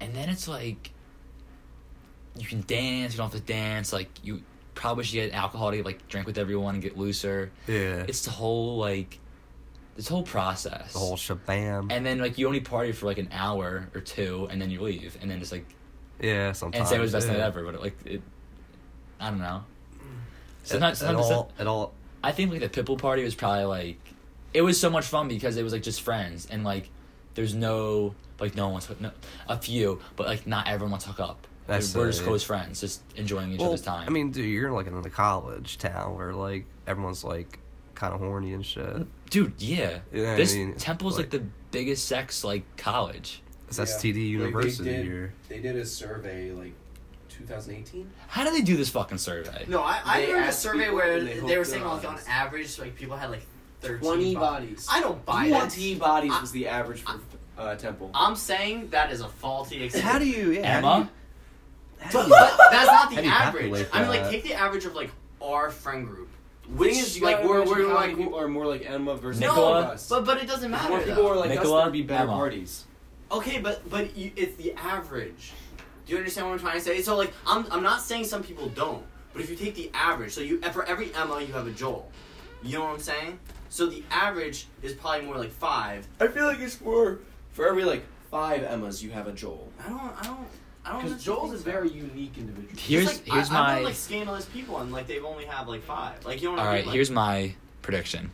Speaker 1: and then it's like, you can dance, you don't have to dance. Like you probably should get alcohol to like drink with everyone and get looser.
Speaker 2: Yeah.
Speaker 1: It's the whole like, this whole process.
Speaker 2: the whole shabam.
Speaker 1: and then like you only party for like an hour or two, and then you leave, and then it's like
Speaker 2: yeah, sometimes.
Speaker 1: and say it was the best
Speaker 2: yeah.
Speaker 1: night ever, but it, like it, I don't know.
Speaker 2: It,
Speaker 1: Sometimes,
Speaker 2: it
Speaker 1: sometimes
Speaker 2: all, it all,
Speaker 1: I think like the Pitbull party was probably like it was so much fun because it was like just friends and like there's no like no one's hook- no, a few but like not everyone wants to hook up.
Speaker 2: That's
Speaker 1: We're just
Speaker 2: it.
Speaker 1: close friends, just enjoying each
Speaker 2: well,
Speaker 1: other's time.
Speaker 2: I mean, dude, you're like in the college town where like everyone's like kind of horny and shit.
Speaker 1: dude, yeah,
Speaker 2: You know what I
Speaker 1: this
Speaker 2: mean?
Speaker 1: Temple's like,
Speaker 2: Like-
Speaker 1: the biggest sex like college.
Speaker 2: It's
Speaker 3: Yeah.
Speaker 2: STD
Speaker 3: Like,
Speaker 2: University
Speaker 3: they did,
Speaker 2: here.
Speaker 3: They did a survey like 2018.
Speaker 1: How do they do this fucking survey?
Speaker 4: no, I, I
Speaker 3: They
Speaker 4: heard a
Speaker 3: asked
Speaker 4: survey
Speaker 3: people
Speaker 4: where
Speaker 3: and they
Speaker 4: they,
Speaker 3: hooked
Speaker 4: were saying
Speaker 3: their
Speaker 4: like on
Speaker 3: eyes.
Speaker 4: average like people had like thirteen
Speaker 3: 20
Speaker 4: bo-
Speaker 3: bodies.
Speaker 4: I don't buy
Speaker 3: 20
Speaker 4: it.
Speaker 3: bodies
Speaker 4: I-
Speaker 3: was the average for
Speaker 1: uh, Temple.
Speaker 4: I'm saying that is a faulty example.
Speaker 2: How do you? Yeah, how do
Speaker 1: Emma?
Speaker 2: you- how
Speaker 4: But,
Speaker 2: do you-
Speaker 4: but that's not
Speaker 2: How
Speaker 4: the
Speaker 2: do you
Speaker 4: average.
Speaker 2: calculate
Speaker 4: I mean, like
Speaker 2: that?
Speaker 4: take the average of like our friend group,
Speaker 3: The
Speaker 4: which
Speaker 3: thing is, you
Speaker 4: like
Speaker 3: gotta
Speaker 4: we're
Speaker 3: imagine
Speaker 4: we're
Speaker 3: how
Speaker 4: like
Speaker 3: many people are more like Emma versus
Speaker 4: no,
Speaker 1: Nicola?
Speaker 3: all of us.
Speaker 4: but but it doesn't
Speaker 3: If
Speaker 4: matter.
Speaker 3: more
Speaker 4: though.
Speaker 3: people are like us,
Speaker 1: Nicola,
Speaker 3: there'd be better
Speaker 1: Emma.
Speaker 3: parties.
Speaker 4: Okay, but but you, it's the average. Do you understand what I'm trying to say? So like I'm I'm not saying some people don't, but if you take the average, so you e, for every Emma you have a Joel. You know what I'm saying? So the average is probably more like five.
Speaker 3: I feel like it's more for every like five Emmas, you have a Joel.
Speaker 4: I don't I don't I don't.
Speaker 3: Because
Speaker 4: necessarily
Speaker 3: Joel's
Speaker 4: think
Speaker 3: a
Speaker 4: so.
Speaker 3: very unique individual.
Speaker 4: It's
Speaker 1: Here's
Speaker 4: like,
Speaker 1: here's
Speaker 4: I,
Speaker 1: my
Speaker 4: I've known, like scandalous people and like they've only have like five. Like you know what
Speaker 1: all
Speaker 4: I mean?
Speaker 1: right.
Speaker 4: Like,
Speaker 1: Here's my prediction.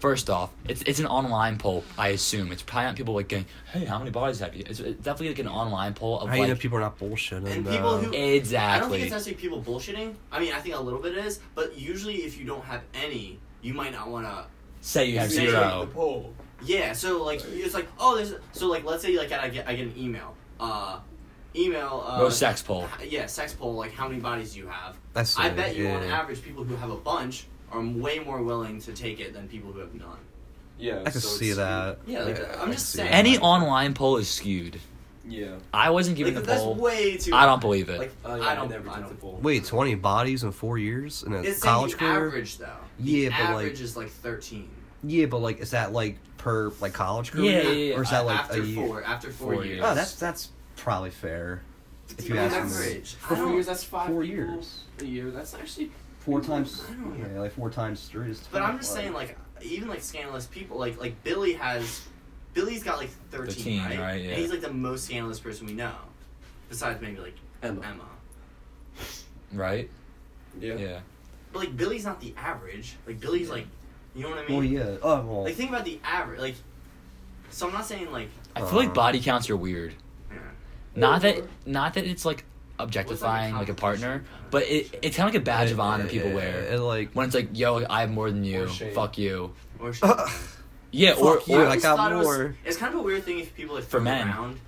Speaker 1: First off, it's it's an online poll. I assume it's probably not people like going, "Hey, how many bodies have you?" It's, it's definitely like an online poll of
Speaker 2: how do
Speaker 1: like
Speaker 2: you know people are not bullshitting?
Speaker 4: And people
Speaker 2: uh,
Speaker 4: who- I don't think
Speaker 1: exactly.
Speaker 4: it's necessarily people bullshitting. I mean, I think a little bit is, but usually if you don't have any, you might not want to.
Speaker 1: Say you have
Speaker 4: Say you
Speaker 1: zero.
Speaker 4: Yeah, so like it's like oh, there's so like let's say like I get I get an email, uh, email. Uh,
Speaker 1: Most sex poll.
Speaker 4: Yeah, sex poll. Like how many bodies do you have?
Speaker 2: That's
Speaker 4: I
Speaker 2: it,
Speaker 4: bet you on
Speaker 2: yeah.
Speaker 4: average people who have a bunch are way more willing to take it than people who have none.
Speaker 3: Yeah,
Speaker 2: I can
Speaker 3: so
Speaker 2: see
Speaker 3: it's-
Speaker 2: that.
Speaker 4: Yeah, like, I'm
Speaker 2: I can
Speaker 4: just
Speaker 2: see
Speaker 4: saying.
Speaker 2: that.
Speaker 1: Any online poll is skewed.
Speaker 3: Yeah.
Speaker 1: I wasn't giving
Speaker 4: like,
Speaker 1: the
Speaker 4: that's
Speaker 1: poll.
Speaker 4: way too.
Speaker 1: I don't believe it.
Speaker 4: Like
Speaker 3: Oh, yeah,
Speaker 4: I don't.
Speaker 3: never
Speaker 4: I
Speaker 3: took
Speaker 4: don't-
Speaker 3: the poll.
Speaker 2: Wait, twenty bodies in four years in a
Speaker 4: It's saying
Speaker 2: college
Speaker 4: the
Speaker 2: career?
Speaker 4: average though.
Speaker 2: Yeah,
Speaker 4: the
Speaker 2: but, like-
Speaker 4: average is like thirteen.
Speaker 2: Yeah, but like, is that like per like college career?
Speaker 1: Yeah, yeah, yeah.
Speaker 2: Or is that
Speaker 4: Uh,
Speaker 2: like
Speaker 4: after
Speaker 2: a year?
Speaker 4: four? After four,
Speaker 1: Four
Speaker 4: years.
Speaker 1: years.
Speaker 2: Oh, that's that's probably fair. If you
Speaker 4: The
Speaker 2: ask me.
Speaker 4: average. I
Speaker 3: For four
Speaker 4: don't-
Speaker 3: years, that's five.
Speaker 2: Four
Speaker 3: people
Speaker 2: years.
Speaker 3: A year. That's actually
Speaker 2: Four times.
Speaker 4: I don't know.
Speaker 2: Yeah, like four times three is.
Speaker 4: But
Speaker 2: 12,
Speaker 4: I'm just saying, like, even like scandalous people, like like Billy has, Billy's got like
Speaker 1: 13,
Speaker 4: 13, right?
Speaker 1: right, yeah.
Speaker 4: And he's like the most scandalous person we know, besides maybe like
Speaker 3: Emma.
Speaker 4: Emma.
Speaker 1: right?
Speaker 3: Yeah.
Speaker 1: Yeah.
Speaker 4: But like Billy's not the average. Like Billy's like, you know what I mean?
Speaker 2: Well, yeah. Oh well.
Speaker 4: Like think about the average. Like, so I'm not saying like.
Speaker 1: I feel like
Speaker 2: Uh,
Speaker 1: body counts are weird.
Speaker 4: Yeah.
Speaker 1: Not that not that it's like objectifying
Speaker 4: Well,
Speaker 1: like
Speaker 4: it's
Speaker 1: a
Speaker 4: like a
Speaker 1: partner,
Speaker 4: competition.
Speaker 1: but it, it's kind of like a badge of
Speaker 2: Yeah,
Speaker 1: honor
Speaker 2: yeah,
Speaker 1: people
Speaker 2: yeah,
Speaker 1: wear.
Speaker 2: yeah, like.
Speaker 1: when it's like, yo, I have more than you.
Speaker 3: Or shame.
Speaker 1: Fuck you.
Speaker 4: Or shit.
Speaker 2: Ugh,
Speaker 1: Yeah, or,
Speaker 2: Fuck
Speaker 1: or
Speaker 2: you,
Speaker 4: I
Speaker 2: I
Speaker 4: always
Speaker 2: got
Speaker 4: thought it was-
Speaker 2: more.
Speaker 4: it's kind of a weird thing if people like
Speaker 1: For
Speaker 4: throw
Speaker 1: men.
Speaker 4: around.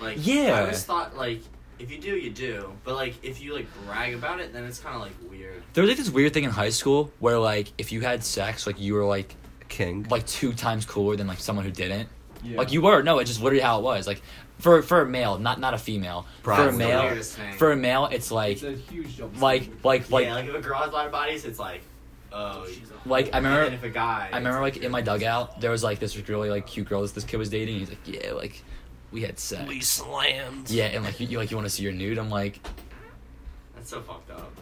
Speaker 4: Like
Speaker 1: Yeah.
Speaker 4: I always thought like if you do, you do. But like if you like brag about it, then it's kind of like weird.
Speaker 1: there was like this weird thing in high school where like if you had sex, like you were like
Speaker 2: king.
Speaker 1: like two times cooler than like someone who didn't.
Speaker 3: Yeah.
Speaker 1: Like you were no, it's just literally how it was. Like for for a male, not not a female.
Speaker 2: Probably.
Speaker 1: For a
Speaker 4: That's the
Speaker 1: male,
Speaker 4: weirdest thing.
Speaker 1: for a male, it's like
Speaker 3: It's a huge jump.
Speaker 1: like like like
Speaker 4: yeah, like if a girl has a lot of bodies, it's like, oh.
Speaker 1: like I
Speaker 4: and then
Speaker 1: remember
Speaker 4: if a guy,
Speaker 1: I remember like in my dugout there was like this really like cute girl this, this kid was dating. He's like yeah like we had sex.
Speaker 2: slammed.
Speaker 1: Yeah, and like you you, like you want to see your nude? I'm like
Speaker 4: that's so fucked up.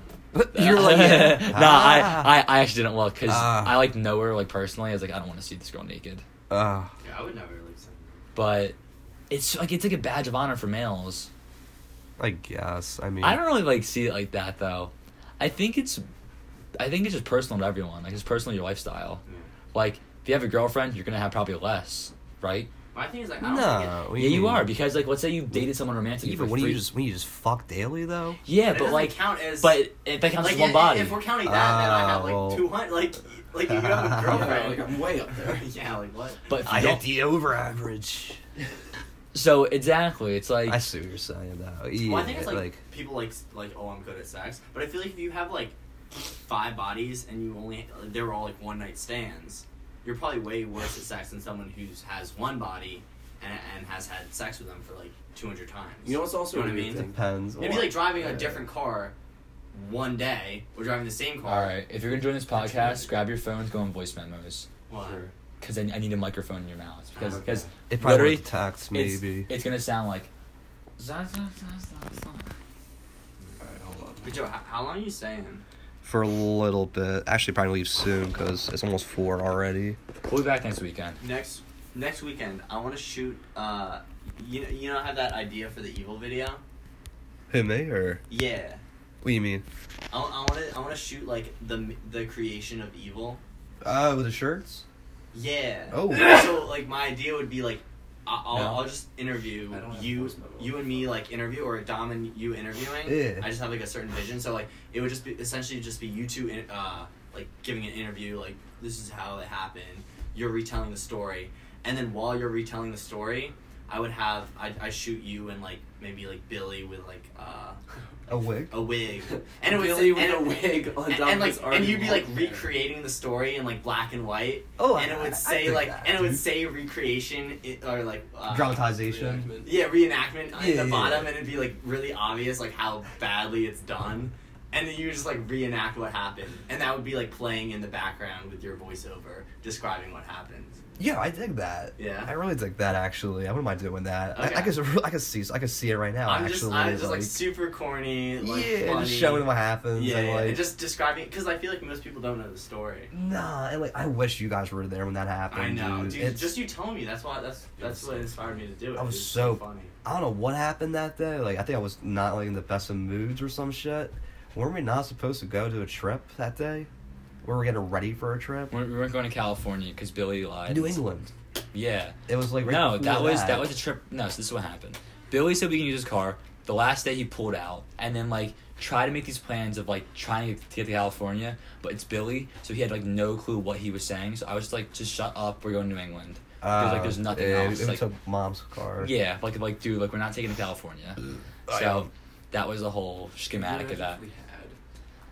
Speaker 2: You're like. Yeah.
Speaker 1: nah, I, I I actually didn't look because
Speaker 2: Ah.
Speaker 1: I like know her like personally. I was like I don't want to see this girl naked,
Speaker 2: I. Uh,
Speaker 4: Yeah, I would never leave something.
Speaker 1: but it's like it's like a badge of honor for males.
Speaker 2: I guess. I mean.
Speaker 1: I don't really like see it like that though. I think it's, I think it's just personal to everyone. Like it's personal to your lifestyle.
Speaker 4: Yeah.
Speaker 1: Like if you have a girlfriend, you're gonna have probably less, right?
Speaker 4: My thing is like, I don't
Speaker 2: No.
Speaker 4: think
Speaker 2: what do
Speaker 1: yeah, you
Speaker 2: mean?
Speaker 1: are because like let's say you dated someone romantically.
Speaker 2: Yeah,
Speaker 1: for
Speaker 2: but when you
Speaker 1: three-
Speaker 2: just when you just fuck daily though.
Speaker 1: yeah,
Speaker 4: it, it
Speaker 1: but
Speaker 4: doesn't
Speaker 1: like
Speaker 4: count as
Speaker 1: but it, that counts
Speaker 4: like
Speaker 1: as one
Speaker 4: i- i-
Speaker 1: body.
Speaker 4: If we're counting that, then I have
Speaker 2: Ah,
Speaker 4: like
Speaker 2: well.
Speaker 4: two hundred. Like like if you have a
Speaker 3: Yeah,
Speaker 4: girlfriend,
Speaker 3: like I'm way up there.
Speaker 4: yeah, like what?
Speaker 1: but if you don't,
Speaker 2: the over average.
Speaker 1: so exactly, it's like
Speaker 2: I see what you're saying though. Yeah,
Speaker 4: well, I think it's
Speaker 2: like,
Speaker 4: like, people like s- like oh I'm good at sex, but I feel like if you have like five bodies and you only they were all like one night stands, you're probably way worse at sex than someone who's has one body and, and has had sex with them for like 200 times.
Speaker 3: You know what's also
Speaker 4: You know what I
Speaker 3: a weird
Speaker 4: mean?
Speaker 3: thing?
Speaker 2: depends.
Speaker 4: Maybe like driving a
Speaker 2: Yeah.
Speaker 4: different car one day or driving the same car.
Speaker 1: all right. If you're gonna join this podcast, grab your phones, go on voice memos
Speaker 4: What?
Speaker 3: Sure.
Speaker 1: because I, I need a microphone in your mouth because
Speaker 4: Okay.
Speaker 1: because
Speaker 2: It probably
Speaker 1: literally,
Speaker 2: would tax
Speaker 1: it's,
Speaker 2: maybe.
Speaker 1: it's gonna sound like.
Speaker 3: Alright, hold on.
Speaker 4: But Joe, how, how long are you staying?
Speaker 2: for a little bit. Actually, probably leave soon because it's almost four already.
Speaker 1: We'll be back next weekend.
Speaker 4: Next next weekend, I want to shoot. Uh, you know, you know, I have that idea for the evil video.
Speaker 2: Who me or
Speaker 4: Yeah.
Speaker 2: what do you mean?
Speaker 4: I want to I want to shoot like the the creation of evil.
Speaker 2: Uh, with the shirts.
Speaker 4: Yeah.
Speaker 2: Oh.
Speaker 4: So like my idea would be like I- I'll,
Speaker 1: No.
Speaker 4: I'll just interview
Speaker 3: I don't have
Speaker 4: you
Speaker 3: voice memo.
Speaker 4: you and me like interview or Dom and you interviewing.
Speaker 2: Yeah.
Speaker 4: I just have like a certain vision. So like it would just be essentially just be you two in, uh like giving an interview like this is how it happened. You're retelling the story and then while you're retelling the story, I would have I I shoot you and like maybe like Billy with like uh
Speaker 2: A wig?
Speaker 4: a wig and it was
Speaker 3: Billy with
Speaker 4: and,
Speaker 3: a wig on
Speaker 4: and,
Speaker 3: top
Speaker 4: and
Speaker 3: of his
Speaker 4: like and you'd be like
Speaker 3: army wall.
Speaker 4: recreating the story in like black and white
Speaker 2: Oh,
Speaker 4: and
Speaker 2: I-
Speaker 4: it
Speaker 2: I- I
Speaker 4: would say
Speaker 2: dig
Speaker 4: like
Speaker 2: that,
Speaker 4: and it would
Speaker 2: dude.
Speaker 4: say recreation i- or like uh,
Speaker 2: Dramatization.
Speaker 3: Reenactment.
Speaker 4: yeah, reenactment on
Speaker 2: Yeah, yeah,
Speaker 4: the bottom,
Speaker 2: yeah.
Speaker 4: and it'd be like really obvious like how badly it's done, and then you just like reenact what happened, and that would be like playing in the background with your voiceover describing what happened.
Speaker 2: Yeah, I dig that.
Speaker 4: Yeah.
Speaker 2: I really dig that. Actually, I wouldn't mind doing that. I, I
Speaker 4: Okay.
Speaker 2: could, I could see, I could see it right now.
Speaker 4: I'm
Speaker 2: actually,
Speaker 4: just I'm just like, super corny, like
Speaker 2: yeah,
Speaker 4: funny.
Speaker 2: just showing what happens.
Speaker 4: yeah,
Speaker 2: and,
Speaker 4: yeah,
Speaker 2: like,
Speaker 4: and just describing because I feel like most people don't know the story.
Speaker 2: Nah, and like I wish you guys were there when that happened.
Speaker 4: I know, dude.
Speaker 2: It's-
Speaker 4: Just you telling me that's why that's that's what inspired me to do it.
Speaker 2: I was
Speaker 4: It's
Speaker 2: so-
Speaker 4: funny.
Speaker 2: I don't know what happened that day. Like I think I was not like in the best of moods or some shit. Weren't we not supposed to go to a trip that day? Were we getting ready for a trip?
Speaker 1: We weren't going to California because Billy lied.
Speaker 2: New England.
Speaker 1: Yeah.
Speaker 2: It was like right
Speaker 1: no,
Speaker 2: before
Speaker 1: that was that was a trip. No, so this is what happened. Billy said we can use his car. The last day he pulled out, and then like tried to make these plans of like trying to get to California, but it's Billy, so he had like no clue what he was saying. So I was like, just shut up. We're going to New England.
Speaker 2: Uh,
Speaker 1: There's, like there's nothing
Speaker 2: it,
Speaker 1: else.
Speaker 2: It
Speaker 1: like,
Speaker 2: took mom's car.
Speaker 1: yeah, like like dude, like we're not taking to California.
Speaker 2: I
Speaker 1: so
Speaker 2: am.
Speaker 1: that was the whole schematic
Speaker 3: Imagine
Speaker 1: of that.
Speaker 3: if we had.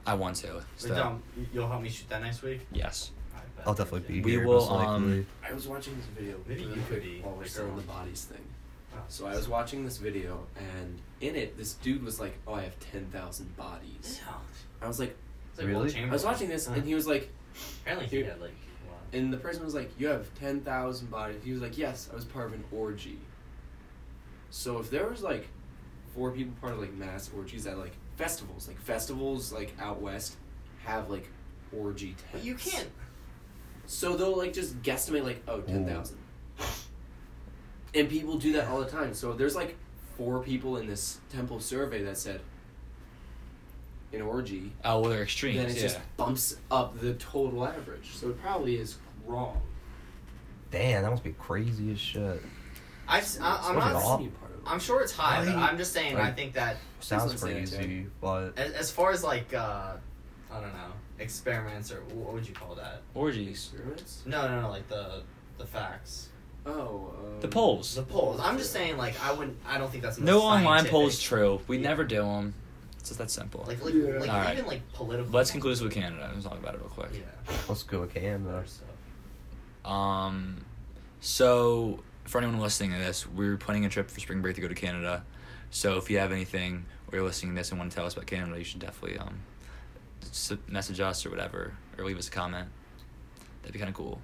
Speaker 1: I want to. So,
Speaker 4: But um, y- you'll help me shoot that next week.
Speaker 1: yes.
Speaker 2: I'll definitely be
Speaker 1: We
Speaker 2: here,
Speaker 1: will,
Speaker 2: most likely.
Speaker 1: um,
Speaker 3: I was watching this video.
Speaker 4: Maybe you could be
Speaker 3: While
Speaker 4: the
Speaker 3: we're still in the
Speaker 4: girl.
Speaker 3: bodies thing.
Speaker 4: Oh,
Speaker 3: So I was watching this video, and in it, this dude was like, "Oh, I have ten thousand bodies." I was like,
Speaker 4: It's like
Speaker 2: Really?
Speaker 4: Will
Speaker 3: I was
Speaker 4: Chamberlain.
Speaker 3: watching this, and he was like,
Speaker 4: Apparently he had like a lot.
Speaker 3: and the person was like, "You have ten thousand bodies." He was like, "Yes, I was part of an orgy." So if there was like four people part of like mass orgies at like festivals, like festivals like out west have like orgy
Speaker 4: But
Speaker 3: tents.
Speaker 4: you can't.
Speaker 3: So they'll like just guesstimate like oh
Speaker 2: Hmm.
Speaker 3: ten thousand, and people do that all the time. So there's like four people in this temple survey that said an orgy.
Speaker 1: Oh, well, they're
Speaker 3: Then
Speaker 1: extremes.
Speaker 3: it
Speaker 1: Yeah.
Speaker 3: just bumps up the total average. So it probably is wrong.
Speaker 2: Damn, that must be crazy as shit.
Speaker 4: I've, s- I, am
Speaker 2: Look at
Speaker 4: not.
Speaker 2: all-
Speaker 4: I'm sure it's high, but
Speaker 2: Right.
Speaker 4: I'm just saying. I
Speaker 2: Right.
Speaker 4: think that
Speaker 2: Sounds
Speaker 3: Sounds insane,
Speaker 2: crazy, but
Speaker 4: as, as far as like uh, I don't know experiments or wh- what would you call that?
Speaker 1: Orgies.
Speaker 4: No, no, no, like the the facts,
Speaker 3: Oh, um,
Speaker 1: The polls.
Speaker 4: the polls. I'm just saying, like I wouldn't. I don't think that's the
Speaker 1: No
Speaker 4: most
Speaker 1: online
Speaker 4: scientific-
Speaker 1: polls true. We never do them. It's just that simple.
Speaker 4: Like, like,
Speaker 3: Yeah.
Speaker 4: like
Speaker 1: Alright.
Speaker 4: even like political.
Speaker 1: Let's conclude this with Canada. Let's talk about it real quick.
Speaker 4: Yeah.
Speaker 2: let's go to Canada.
Speaker 4: Better stuff.
Speaker 1: Um, so for anyone listening to this, we're planning a trip for spring break to go to Canada. So if you have anything or you're listening to this and want to tell us about Canada, you should definitely um, s- message us or whatever, or leave us a comment. That'd be kind of cool.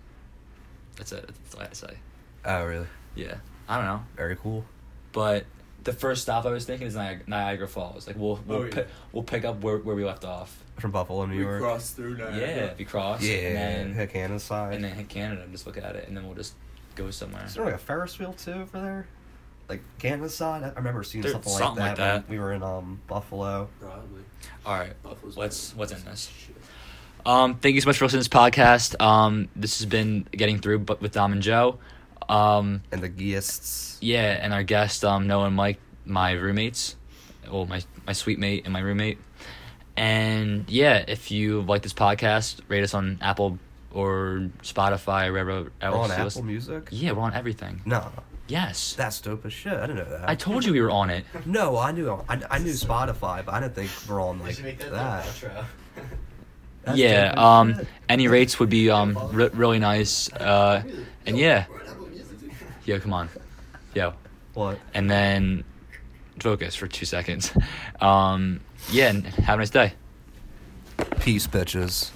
Speaker 1: That's it. That's all I have to say.
Speaker 2: Oh, really?
Speaker 1: Yeah. I don't know.
Speaker 2: Very cool.
Speaker 1: But the first stop I was thinking is Niagara, Niagara Falls. Like we'll we'll,
Speaker 3: Oh, yeah.
Speaker 1: pi- we'll pick up where, where we left off.
Speaker 2: From Buffalo, New York.
Speaker 3: through
Speaker 1: yeah. If you cross.
Speaker 2: Yeah,
Speaker 1: And then,
Speaker 2: hit Canada side.
Speaker 1: and then hit Canada and just look at it, and then we'll just go somewhere.
Speaker 2: Is there like a Ferris wheel too over there? Like Canada side? I I remember seeing
Speaker 1: Dude,
Speaker 2: something,
Speaker 1: something
Speaker 2: like
Speaker 1: like
Speaker 2: that, when
Speaker 1: that.
Speaker 2: we were in um Buffalo.
Speaker 3: Probably.
Speaker 1: All right.
Speaker 3: Buffalo's
Speaker 1: What's what's in this?
Speaker 3: Shit.
Speaker 1: Um, thank you so much for listening to this podcast. Um, this has been getting through, but with Dom and Joe. Um,
Speaker 2: And the Geists.
Speaker 1: yeah, and our guest, um, Noah and Mike, my roommates, well, my my sweet mate and my roommate. And yeah, if you like this podcast, rate us on Apple or Spotify, or wherever
Speaker 2: Oh,
Speaker 1: else
Speaker 2: on
Speaker 1: you
Speaker 2: Apple
Speaker 1: listen-
Speaker 2: Music?
Speaker 1: Yeah, we're on everything.
Speaker 2: No,
Speaker 1: Yes,
Speaker 2: that's dope as shit. I didn't know that.
Speaker 1: I told you we were on it.
Speaker 2: no, I knew I, I knew Spotify, but I didn't think we're on
Speaker 4: We
Speaker 2: like
Speaker 4: should make that,
Speaker 2: that.
Speaker 4: the outro.
Speaker 2: That's
Speaker 1: yeah.
Speaker 2: dope as
Speaker 1: Um,
Speaker 2: shit.
Speaker 1: any rates would be um re- really nice. Uh, and yeah,
Speaker 4: We're on Apple Music.
Speaker 1: yo, come on, yo.
Speaker 2: What?
Speaker 1: and then focus for two seconds. Um, yeah, and have a nice day.
Speaker 2: Peace, bitches.